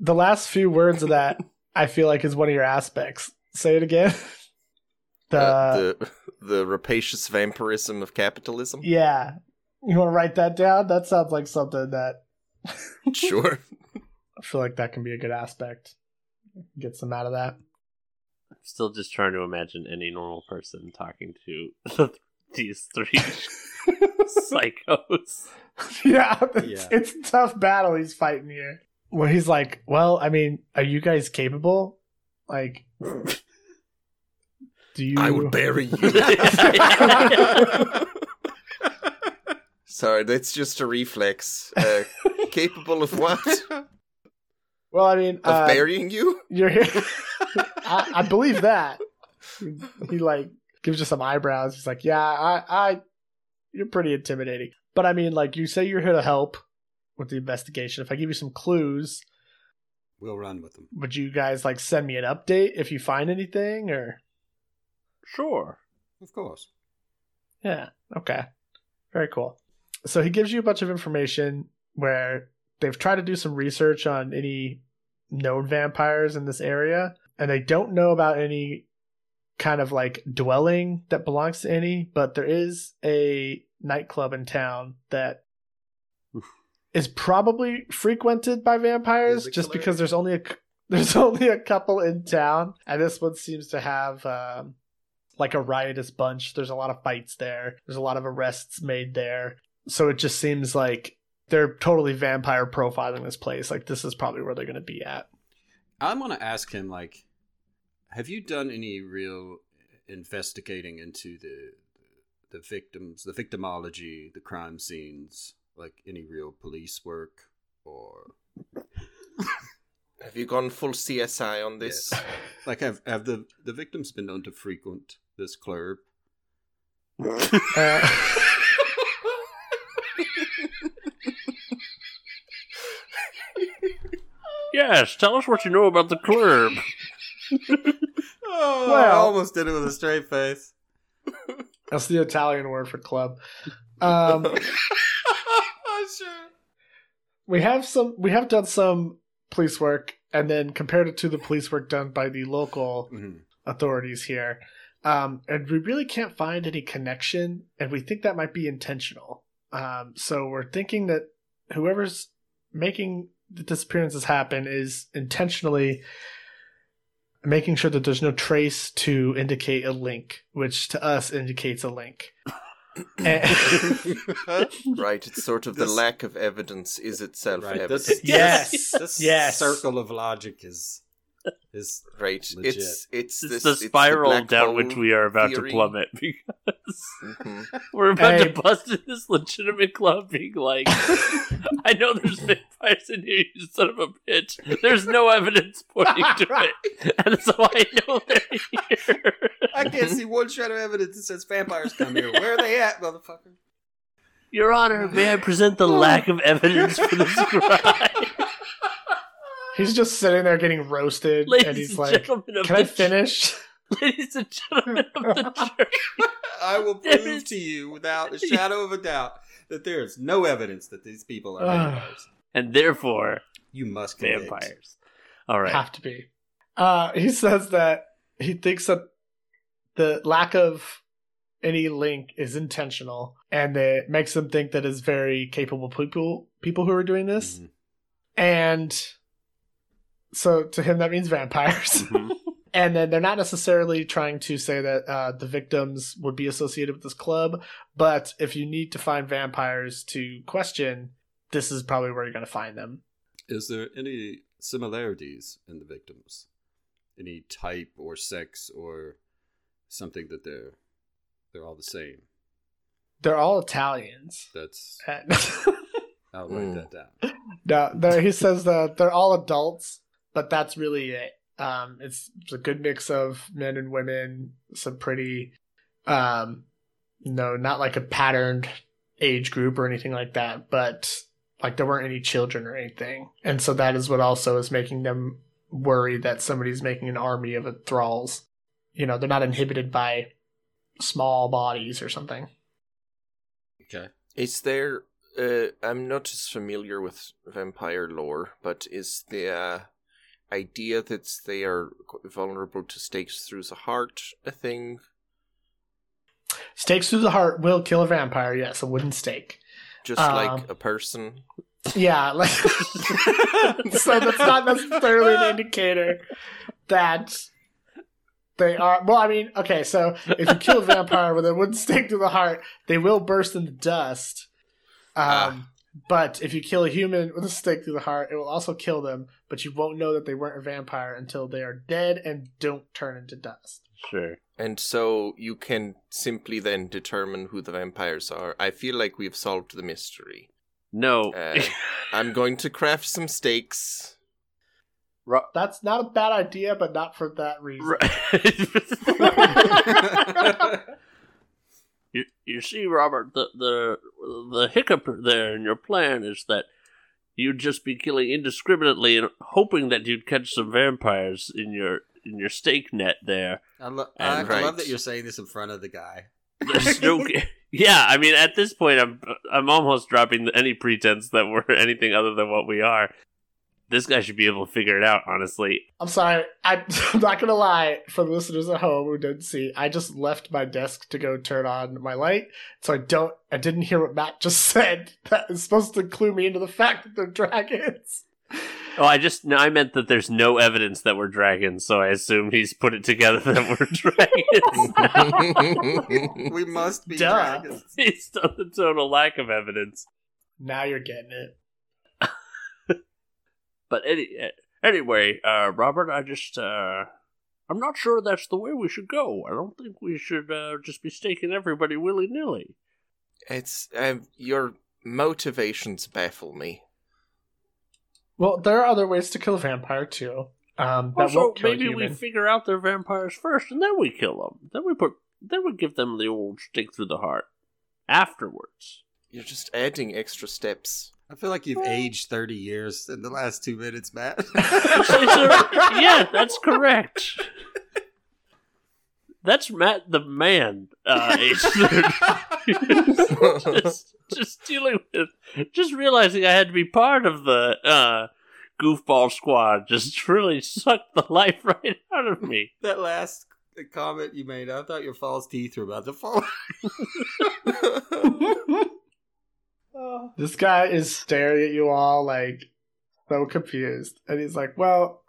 Speaker 5: the last few words of that? I feel like is one of your aspects. Say it again. The,
Speaker 2: Uh, the the rapacious vampirism of capitalism.
Speaker 5: yeah. You want to write that down? That sounds like something that
Speaker 2: Sure.
Speaker 5: I feel like that can be a good aspect. Get some out of that.
Speaker 4: I'm still just trying to imagine any normal person talking to the, these three psychos.
Speaker 5: yeah, it's,
Speaker 6: Yeah.
Speaker 5: it's a tough battle he's fighting here. Where he's like, well, I mean, are you guys capable? Like, do you?
Speaker 2: I will bury you. Sorry, that's just a reflex. Uh, capable of what? Of
Speaker 5: well, I mean, uh,
Speaker 2: burying you?
Speaker 5: you're here. I, I believe that. He like gives you some eyebrows. He's like, yeah, I, I, you're pretty intimidating. But I mean, like, you say you're here to help with the investigation. If I give you some clues,
Speaker 6: We'll run with them.
Speaker 5: would you guys like send me an update if you find anything or?
Speaker 4: Sure.
Speaker 6: Of course.
Speaker 5: Yeah. Okay. Very cool. So he gives you a bunch of information where they've tried to do some research on any known vampires in this area, and they don't know about any kind of like dwelling that belongs to any, but there is a nightclub in town that is probably frequented by vampires
Speaker 2: Is it
Speaker 5: just
Speaker 2: killer?
Speaker 5: because there's only a c- there's only a couple in town, and this one seems to have um, like a riotous bunch. There's a lot of fights there. There's a lot of arrests made there. So it just seems like they're totally vampire profiling this place. Like this is probably where they're going to be at.
Speaker 6: I'm gonna ask him like, have you done any real investigating into the the victims, the victimology, the crime scenes, like any real police work or
Speaker 2: Have you gone full CSI on this?
Speaker 6: Yes. like have have the the victims been known to frequent this club?
Speaker 5: Uh,
Speaker 6: Oh,
Speaker 4: Yes, tell us what you know about the club.
Speaker 6: Oh,
Speaker 5: Uh, Well-
Speaker 6: almost did it with a straight face.
Speaker 5: that's the Italian word for club. Um, we have some. We have done some police work, and then compared it to the police work done by the local
Speaker 6: Mhm.
Speaker 5: authorities here, um, and we really can't find any connection, and we think that might be intentional. Um, so we're thinking that whoever's making the disappearances happen is intentionally making sure that there's no trace to indicate a link, which to us indicates a link. And-
Speaker 2: Right, it's sort of the
Speaker 6: This-
Speaker 2: lack of evidence is itself
Speaker 6: Right,
Speaker 2: evidence.
Speaker 6: this-
Speaker 5: yes,
Speaker 6: this
Speaker 5: yes.
Speaker 6: circle of logic is is
Speaker 2: right,
Speaker 6: Legit.
Speaker 2: it's it's,
Speaker 4: It's
Speaker 2: this,
Speaker 4: the
Speaker 2: it's
Speaker 4: spiral
Speaker 2: black
Speaker 4: down
Speaker 2: hole
Speaker 4: which we are about
Speaker 2: theory.
Speaker 4: to plummet because
Speaker 2: Mhm.
Speaker 4: we're about
Speaker 5: Hey.
Speaker 4: to bust into this legitimate club being like, I know there's vampires in here, you son of a bitch. There's no evidence pointing to it. And so I know they're here.
Speaker 6: I can't see one shred of evidence that says vampires come here. Where are they at, motherfucker?
Speaker 4: Your Honor, may I present the lack of evidence for this crime?
Speaker 5: He's just sitting there getting roasted, and
Speaker 4: Ladies
Speaker 5: he's
Speaker 4: and
Speaker 5: like,
Speaker 4: gentlemen of
Speaker 5: "Can I
Speaker 4: the-
Speaker 5: finish?"
Speaker 4: Ladies and gentlemen of the church.
Speaker 6: I will
Speaker 4: There
Speaker 6: prove
Speaker 4: is-
Speaker 6: to you without a shadow of a doubt that there is no evidence that these people are
Speaker 5: Ugh.
Speaker 6: vampires.
Speaker 4: And therefore,
Speaker 6: You must convict.
Speaker 4: vampires. All right.
Speaker 5: Have to be. Uh, he says that he thinks that the lack of any link is intentional, and it makes him think that it's very capable people people who are doing this.
Speaker 4: Mm-hmm.
Speaker 6: Mhm.
Speaker 5: And so to him, that means vampires.
Speaker 4: Mhm.
Speaker 5: and then they're not necessarily trying to say that uh, the victims would be associated with this club, but if you need to find vampires to question, this is probably where you're going to find them.
Speaker 6: Is there any similarities in the victims? Any type or sex or something that they're they're all the same?
Speaker 5: They're all Italians.
Speaker 6: That's
Speaker 5: And-
Speaker 6: I'll write
Speaker 2: Mm.
Speaker 6: that down.
Speaker 5: no, there- he says that they're all adults, but that's really it. Um, it's, it's a good mix of men and women. Some pretty, um, no, not like a patterned age group or anything like that, but like there weren't any children or anything, and so that is what also is making them worry that somebody's making an army of thralls. You know, they're not inhibited by small bodies or something.
Speaker 6: Okay.
Speaker 2: Is there? Uh, I'm not as familiar with vampire lore, but is the uh, idea that they are qu- vulnerable to stakes through the heart a thing?
Speaker 5: Stakes through the heart will kill a vampire. Yes, a wooden stake.
Speaker 2: Just
Speaker 5: Um,
Speaker 2: like a person.
Speaker 5: Yeah, like so that's not necessarily an indicator that they are. Well, I mean, okay, so if you kill a vampire with a wooden stake to the heart, they will burst into dust. Um,
Speaker 2: Ah.
Speaker 5: But if you kill a human with a stake through the heart, it will also kill them. But you won't know that they weren't a vampire until they are dead and don't turn into dust.
Speaker 4: Sure.
Speaker 2: And so you can simply then determine who the vampires are. I feel like we've solved the mystery.
Speaker 4: No.
Speaker 2: Uh, I'm going to craft some stakes.
Speaker 4: Ro-
Speaker 5: That's not a bad idea, but not for that reason.
Speaker 4: Ro- you, you see, Robert, the, the the hiccup there in your plan is that you'd just be killing indiscriminately and hoping that you'd catch some vampires in your in your stake net there.
Speaker 6: I, lo- I,
Speaker 4: And
Speaker 6: I love
Speaker 2: right.
Speaker 6: that you're saying this in front of the guy.
Speaker 4: There's no. Yeah, I mean, at this point, I'm I'm almost dropping any pretense that we're anything other than what we are. This guy should be able to figure it out, honestly.
Speaker 5: I'm sorry. I, I'm not gonna lie. For the listeners at home who didn't see, I just left my desk to go turn on my light, so I don't. I didn't hear what Matt just said. That is supposed to clue me into the fact that they're dragons.
Speaker 4: Oh, I just no, I meant that there's no evidence that we're dragons, so I assume he's put it together that we're dragons.
Speaker 6: We must be
Speaker 5: Duh.
Speaker 6: dragons.
Speaker 4: Based on the total lack of evidence.
Speaker 5: Now you're getting it.
Speaker 4: But any, anyway, uh, Robert, I just uh, I'm not sure that's the way we should go. I don't think we should uh, just be staking everybody willy nilly.
Speaker 2: It's um, your motivations baffle me.
Speaker 5: Well, there are other ways to kill a vampire too. Um, that
Speaker 4: Also,
Speaker 5: won't kill
Speaker 4: maybe
Speaker 5: a human.
Speaker 4: we figure out they're vampires first, and then we kill them. Then we put then we give them the old stick through the heart afterwards.
Speaker 2: You're just adding extra steps.
Speaker 6: I feel like you've aged 30 years in the last two minutes, Matt.
Speaker 4: yeah, that's correct. That's Matt the man. Uh, age 30. just, just dealing with, just realizing I had to be part of the uh, goofball squad. Just really sucked the life right out of me.
Speaker 6: that last comment you made, I thought your false teeth were about to fall.
Speaker 5: Oh. This guy is staring at you all like so confused. And he's like, Well,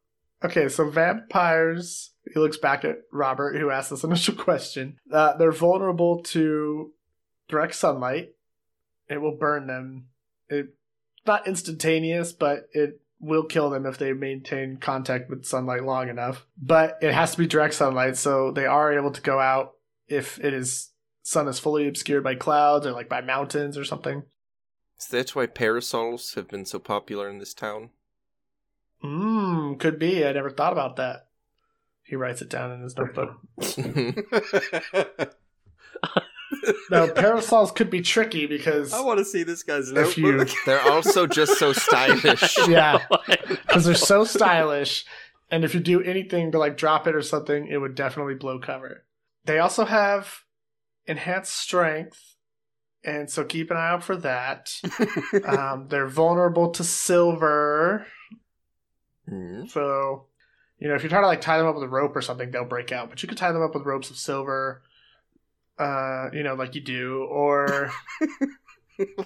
Speaker 5: okay, so vampires. He looks back at Robert, who asked this initial question. Uh, they're vulnerable to direct sunlight, it will burn them. It not instantaneous, but it will kill them if they maintain contact with sunlight long enough. But it has to be direct sunlight, so they are able to go out if it is sun is fully obscured by clouds or like by mountains or something.
Speaker 2: Is that why parasols have been so popular in this town?
Speaker 5: Mmm, could be. I never thought about that. He writes it down in his notebook. No, parasols could be tricky because
Speaker 6: I want to see this guy's
Speaker 5: if you,
Speaker 6: notebook.
Speaker 2: They're also just so stylish.
Speaker 5: yeah, because they're so stylish, and if you do anything to like drop it or something, it would definitely blow cover. They also have enhanced strength, and so keep an eye out for that. um, they're vulnerable to silver,
Speaker 2: Hmm.
Speaker 5: so you know if you try to like tie them up with a rope or something, they'll break out. But you could tie them up with ropes of silver, uh, you know, like you do, or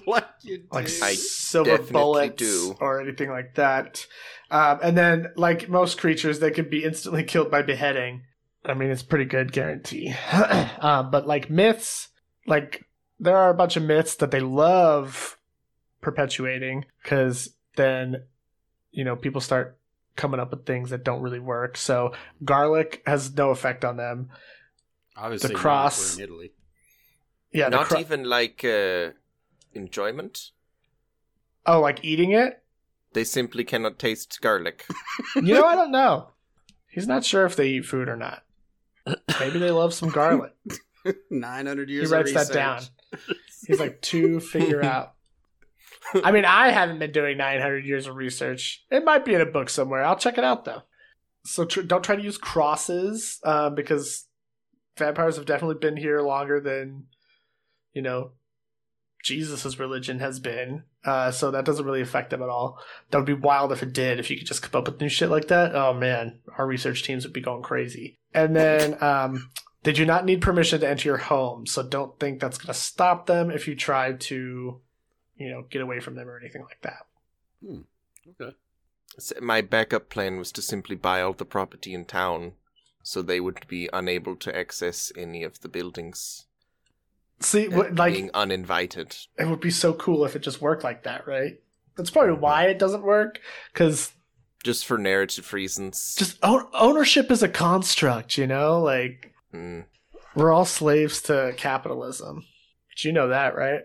Speaker 6: like you do.
Speaker 5: like
Speaker 2: I
Speaker 5: silver
Speaker 2: definitely
Speaker 5: bullets
Speaker 2: do.
Speaker 5: or anything like that. Um, and then, like most creatures, they could be instantly killed by beheading. I mean, it's pretty good guarantee. um, but like myths, like there are a bunch of myths that they love perpetuating because then, you know, people start coming up with things that don't really work. So garlic has no effect on them.
Speaker 6: Obviously,
Speaker 5: the
Speaker 6: not if
Speaker 5: cross-
Speaker 6: we're in Italy.
Speaker 5: Yeah, the
Speaker 2: Not
Speaker 5: cro-
Speaker 2: even like uh, enjoyment.
Speaker 5: oh, like eating it.
Speaker 2: They simply cannot taste garlic.
Speaker 5: You know, I don't know. He's not sure if they eat food or not. Maybe they love some garlic.
Speaker 6: Nine hundred
Speaker 5: He
Speaker 6: years. of
Speaker 5: writes that down.
Speaker 6: research.
Speaker 5: He's like to figure out. I mean, I haven't been doing 900 years of research. It might be in a book somewhere. I'll check it out though. So tr- don't try to use crosses uh, because vampires have definitely been here longer than you know Jesus's religion has been. Uh, so that doesn't really affect them at all. That would be wild if it did. If you could just come up with new shit like that, oh man, our research teams would be going crazy. And then um, they do not need permission to enter your home, so don't think that's going to stop them if you try to, you know, get away from them or anything like that.
Speaker 6: Okay.
Speaker 2: S- My backup plan was to simply buy all the property in town, so they would be unable to access any of the buildings.
Speaker 5: See,
Speaker 2: uh,
Speaker 5: what, like
Speaker 2: being uninvited.
Speaker 5: it would be so cool if it just worked like that, right? That's probably why it doesn't work because
Speaker 2: Just for narrative reasons.
Speaker 5: just own- ownership is a construct, you know. Like
Speaker 2: Mm.
Speaker 5: we're all slaves to capitalism, but you know that, right?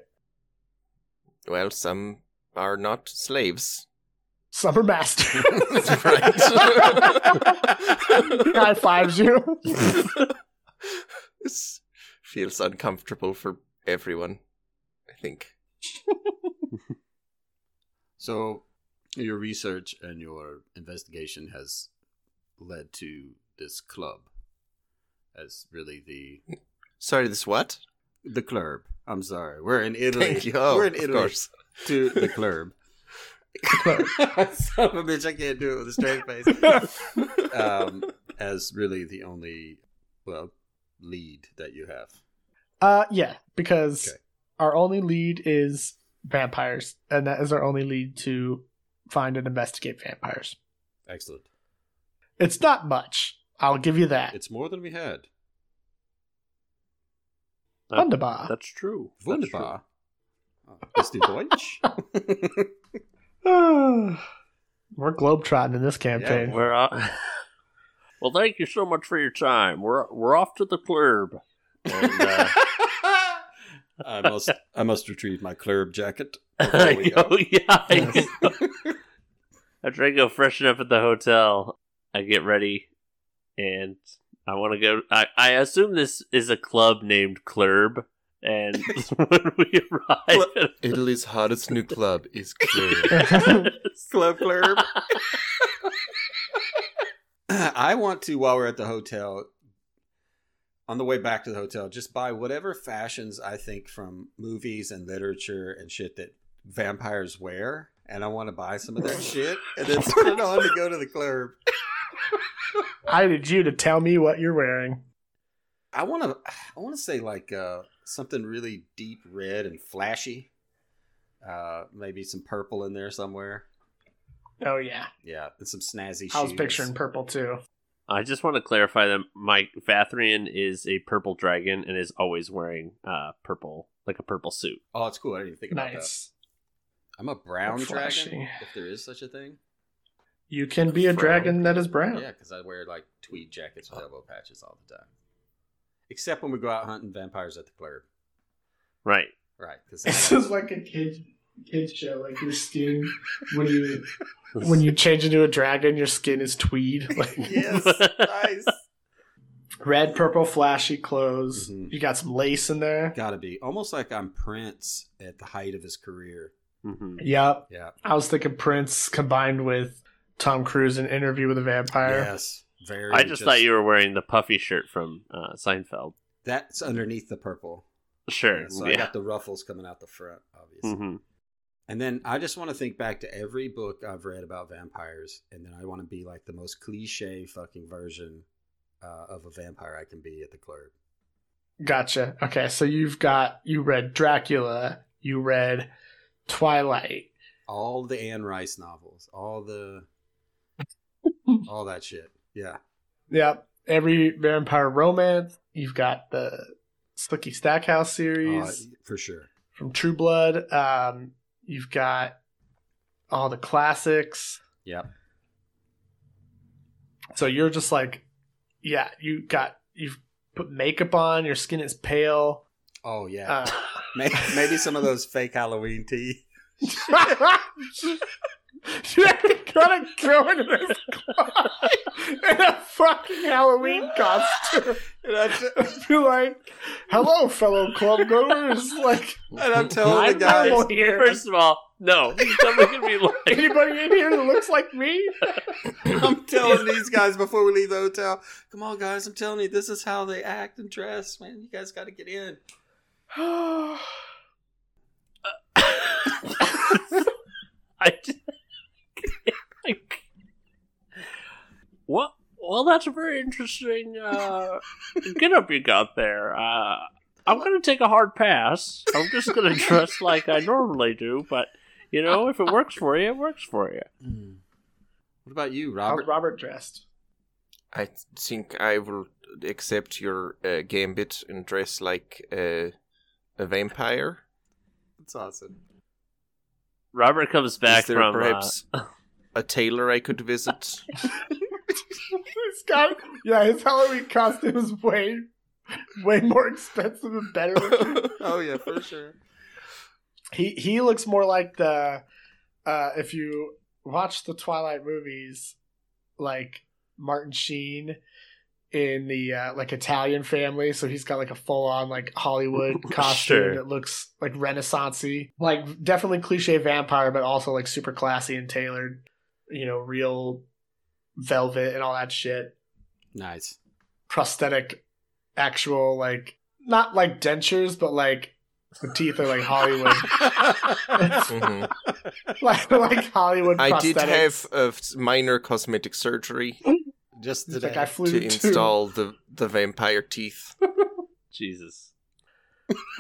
Speaker 2: Well, some are not slaves.
Speaker 5: Summer master
Speaker 2: That's right.
Speaker 5: high fives you.
Speaker 2: This feels uncomfortable for everyone, I think.
Speaker 6: So your research and your investigation has led to this club as really the
Speaker 2: Sorry, this what?
Speaker 6: the club. I'm sorry, we're in Italy.
Speaker 2: Thank you. Oh,
Speaker 6: we're in
Speaker 2: of
Speaker 6: Italy.
Speaker 2: course.
Speaker 6: To the club.
Speaker 5: club.
Speaker 6: Son of a bitch, I can't do it with a straight face. um, as really the only well lead that you have.
Speaker 5: Uh, yeah, because
Speaker 6: Okay.
Speaker 5: our only lead is vampires, and that is our only lead to find and investigate vampires.
Speaker 6: Excellent.
Speaker 5: It's not much. I'll give you that.
Speaker 6: It's more than we had.
Speaker 5: Wunderbar.
Speaker 4: That's true. That's true.
Speaker 6: Wunderbar. Bist du Deutsch?
Speaker 5: We're globetrotting in this campaign.
Speaker 4: We're o- well, thank you so much for your time. We're we're off to the club. And, uh,
Speaker 6: I must I must retrieve my club jacket. before we go.
Speaker 4: oh, yeah.
Speaker 5: Yes.
Speaker 4: After I go freshen up at the hotel, I get ready and I want to go. I, I assume this is a club named Club. And when we arrive,
Speaker 2: Italy's hottest new club is Club.
Speaker 6: Club club. I want to while we're at the hotel on the way back to the hotel just buy whatever fashions I think from movies and literature and shit that vampires wear and I want to buy some of that shit and then put it on to go to the club.
Speaker 5: I need you to tell me what you're wearing.
Speaker 6: I want to I want to say like uh, something really deep red and flashy. Uh, maybe some purple in there somewhere.
Speaker 5: Oh yeah,
Speaker 6: Yeah, and some snazzy shoes.
Speaker 5: I was picturing purple too.
Speaker 4: I just want to clarify that my Vathrian is a purple dragon and is always wearing uh purple, like a purple suit.
Speaker 6: Oh, it's cool. I didn't even think about that.
Speaker 5: Nice.
Speaker 6: I'm a brown
Speaker 5: Flashy.
Speaker 6: dragon, if there is such a thing.
Speaker 5: You can be a
Speaker 2: Brown.
Speaker 5: dragon that is
Speaker 6: Yeah,
Speaker 5: brown.
Speaker 6: 'cause I wear like tweed jackets with elbow patches all the time. Except when we go out hunting vampires at the club,
Speaker 4: Right.
Speaker 6: right? Because
Speaker 5: This is like a kid kid show. Like your skin when you when you change into a dragon, your skin is tweed. Like
Speaker 6: yes, nice.
Speaker 5: Red, purple, flashy clothes.
Speaker 6: Mhm.
Speaker 5: You got some lace in there.
Speaker 6: Gotta be almost like I'm Prince at the height of his career.
Speaker 4: hmm
Speaker 5: Yep.
Speaker 6: Yeah.
Speaker 5: I was thinking Prince combined with Tom Cruise in Interview with a Vampire.
Speaker 6: Yes. Very.
Speaker 4: I just thought you were wearing the puffy shirt from uh, Seinfeld.
Speaker 6: That's underneath the purple.
Speaker 4: Sure.
Speaker 6: Yeah, so I
Speaker 4: yeah.
Speaker 6: got the ruffles coming out the front, obviously.
Speaker 4: hmm
Speaker 6: And then I just want to think back to every book I've read about vampires, and then I want to be like the most cliche fucking version uh, of a vampire I can be at the club.
Speaker 5: Gotcha. Okay, so you've got you read Dracula, you read Twilight.
Speaker 6: All the Anne Rice novels, all the, all that shit. Yeah,
Speaker 5: Yep. Every vampire romance. You've got the Slicky Stackhouse series
Speaker 6: uh, for sure.
Speaker 5: from True Blood. Um, you've got all the classics.
Speaker 6: Yep.
Speaker 5: So you're just like, yeah, you got you've put makeup on. Your skin is pale.
Speaker 6: Oh yeah.
Speaker 5: Uh,
Speaker 6: May Maybe some of those fake Halloween tea.
Speaker 5: You're gonna go into this club in a fucking Halloween costume.
Speaker 6: And I'm, t-
Speaker 5: and be like, "Hello, fellow club goers." Like,
Speaker 6: and I'm telling
Speaker 5: I'm
Speaker 6: Oh, the guys,
Speaker 5: normal here.
Speaker 4: First of all, no. Somebody could be like,
Speaker 5: Anybody in here that looks like me?
Speaker 6: I'm telling these guys before we leave the hotel. Come on, guys. I'm telling you, this is how they act and dress. Man, you guys got to get in.
Speaker 4: I. d- well, well, that's a very interesting uh, get up you got there. Uh, I'm going to take a hard pass. I'm just going to dress like I normally do, but you know, if it works for you, it works for you.
Speaker 6: What about you,
Speaker 5: How's
Speaker 6: Robert?
Speaker 5: Robert dressed?
Speaker 2: I think I will accept your uh, gambit and dress like uh, a vampire.
Speaker 6: That's awesome.
Speaker 4: Robert comes back
Speaker 2: Is there
Speaker 4: from. uh,
Speaker 2: perhaps a tailor I could visit?
Speaker 5: He's got yeah. His Halloween costume is way, way more expensive and better. Looking.
Speaker 6: oh yeah, for sure.
Speaker 5: He he looks more like the uh, if you watch the Twilight movies, like Martin Sheen in the uh, like Italian family. So he's got like a full on like Hollywood costume
Speaker 4: Sure.
Speaker 5: that looks like Renaissancey, like definitely cliche vampire, but also like super classy and tailored. You know, real velvet and all that shit.
Speaker 6: Nice.
Speaker 5: Prosthetic, actual like not like dentures, but like the teeth are like Hollywood
Speaker 6: Mm-hmm.
Speaker 2: Mhm.
Speaker 5: like like Hollywood.
Speaker 2: I did
Speaker 5: prosthetics.
Speaker 2: have a minor cosmetic surgery
Speaker 6: Just
Speaker 5: It's
Speaker 6: today.
Speaker 5: like I flew
Speaker 2: to
Speaker 5: to
Speaker 2: install the, the vampire teeth.
Speaker 6: Oh,
Speaker 4: Jesus.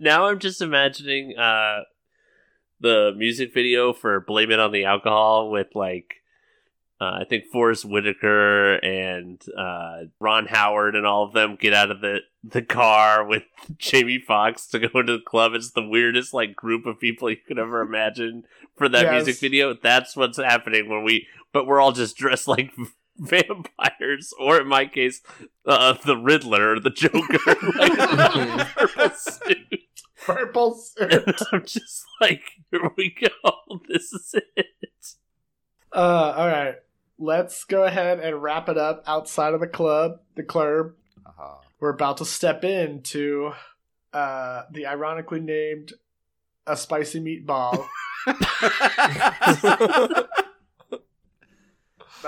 Speaker 4: now I'm just imagining uh, the music video for "Blame It on the Alcohol" with like uh, I think Forrest Whitaker and uh, Ron Howard and all of them get out of the the car with Jamie Foxx to go into the club. It's the weirdest like group of people you could ever imagine for that
Speaker 5: Yes.
Speaker 4: music video. That's what's happening when we, but we're all just dressed like vampires, or in my case, uh, the Riddler, or the Joker, like, in a purple suit.
Speaker 5: purple suit.
Speaker 4: And I'm just like, here we go. This is it.
Speaker 5: Uh, all right, let's go ahead and wrap it up outside of the club. The club.
Speaker 6: Uh-huh.
Speaker 5: We're about to step into uh, the ironically named a spicy meatball, the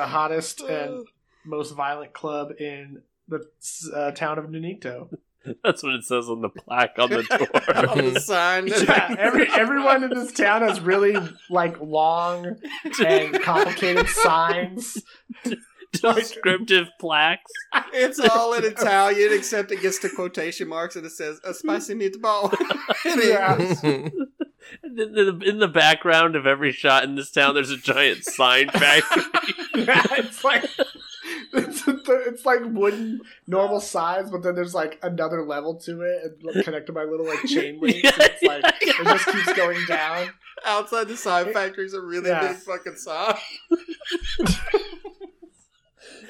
Speaker 5: hottest and most violent club in the uh, town of Nunito.
Speaker 4: That's what it says on the plaque on the door.
Speaker 6: On the sign.
Speaker 5: Yeah, every, everyone in this town has really like long and complicated signs.
Speaker 4: Descriptive plaques.
Speaker 6: It's all in Italian except it gets to quotation marks and it says a spicy meatball. in
Speaker 5: Yeah.
Speaker 6: English.
Speaker 4: And then In the, in the background of every shot in this town, there's a giant sign factory.
Speaker 5: yeah, it's like it's, it's like wooden normal size, but then there's like another level to it, and like, connected by little like chain links. and it's like it just keeps going down.
Speaker 6: Outside the sign factory's a really
Speaker 5: Yeah.
Speaker 6: big fucking sign.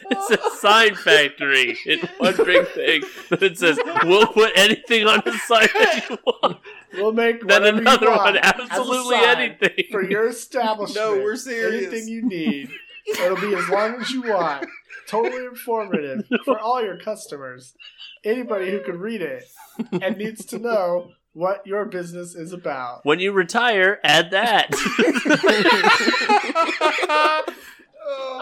Speaker 4: It's a sign factory in one big thing. Then it says, "We'll put anything on the sign that you want."
Speaker 5: We'll make
Speaker 4: Then
Speaker 5: whatever you
Speaker 4: another
Speaker 5: want
Speaker 4: one,
Speaker 5: as a
Speaker 4: absolutely
Speaker 5: sign
Speaker 4: anything.
Speaker 5: for your establishment.
Speaker 6: No, we're serious.
Speaker 5: Anything you need. It'll be as long as you want. Totally informative for all your customers. Anybody who can read it and needs to know what your business is about.
Speaker 4: When you retire, add that.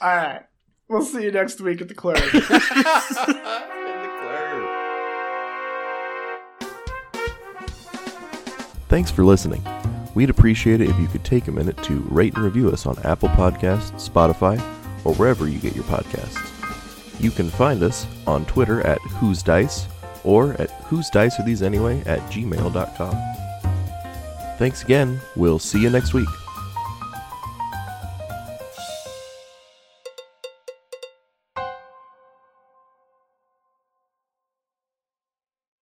Speaker 5: All right. We'll see you next week at the clerk.
Speaker 8: Thanks for listening. We'd appreciate it if you could take a minute to rate and review us on Apple Podcasts, Spotify, or wherever you get your podcasts. You can find us on Twitter at Who's Dice or at Whose Dice Are These Anyway at gmail.com. Thanks again. We'll see you next week.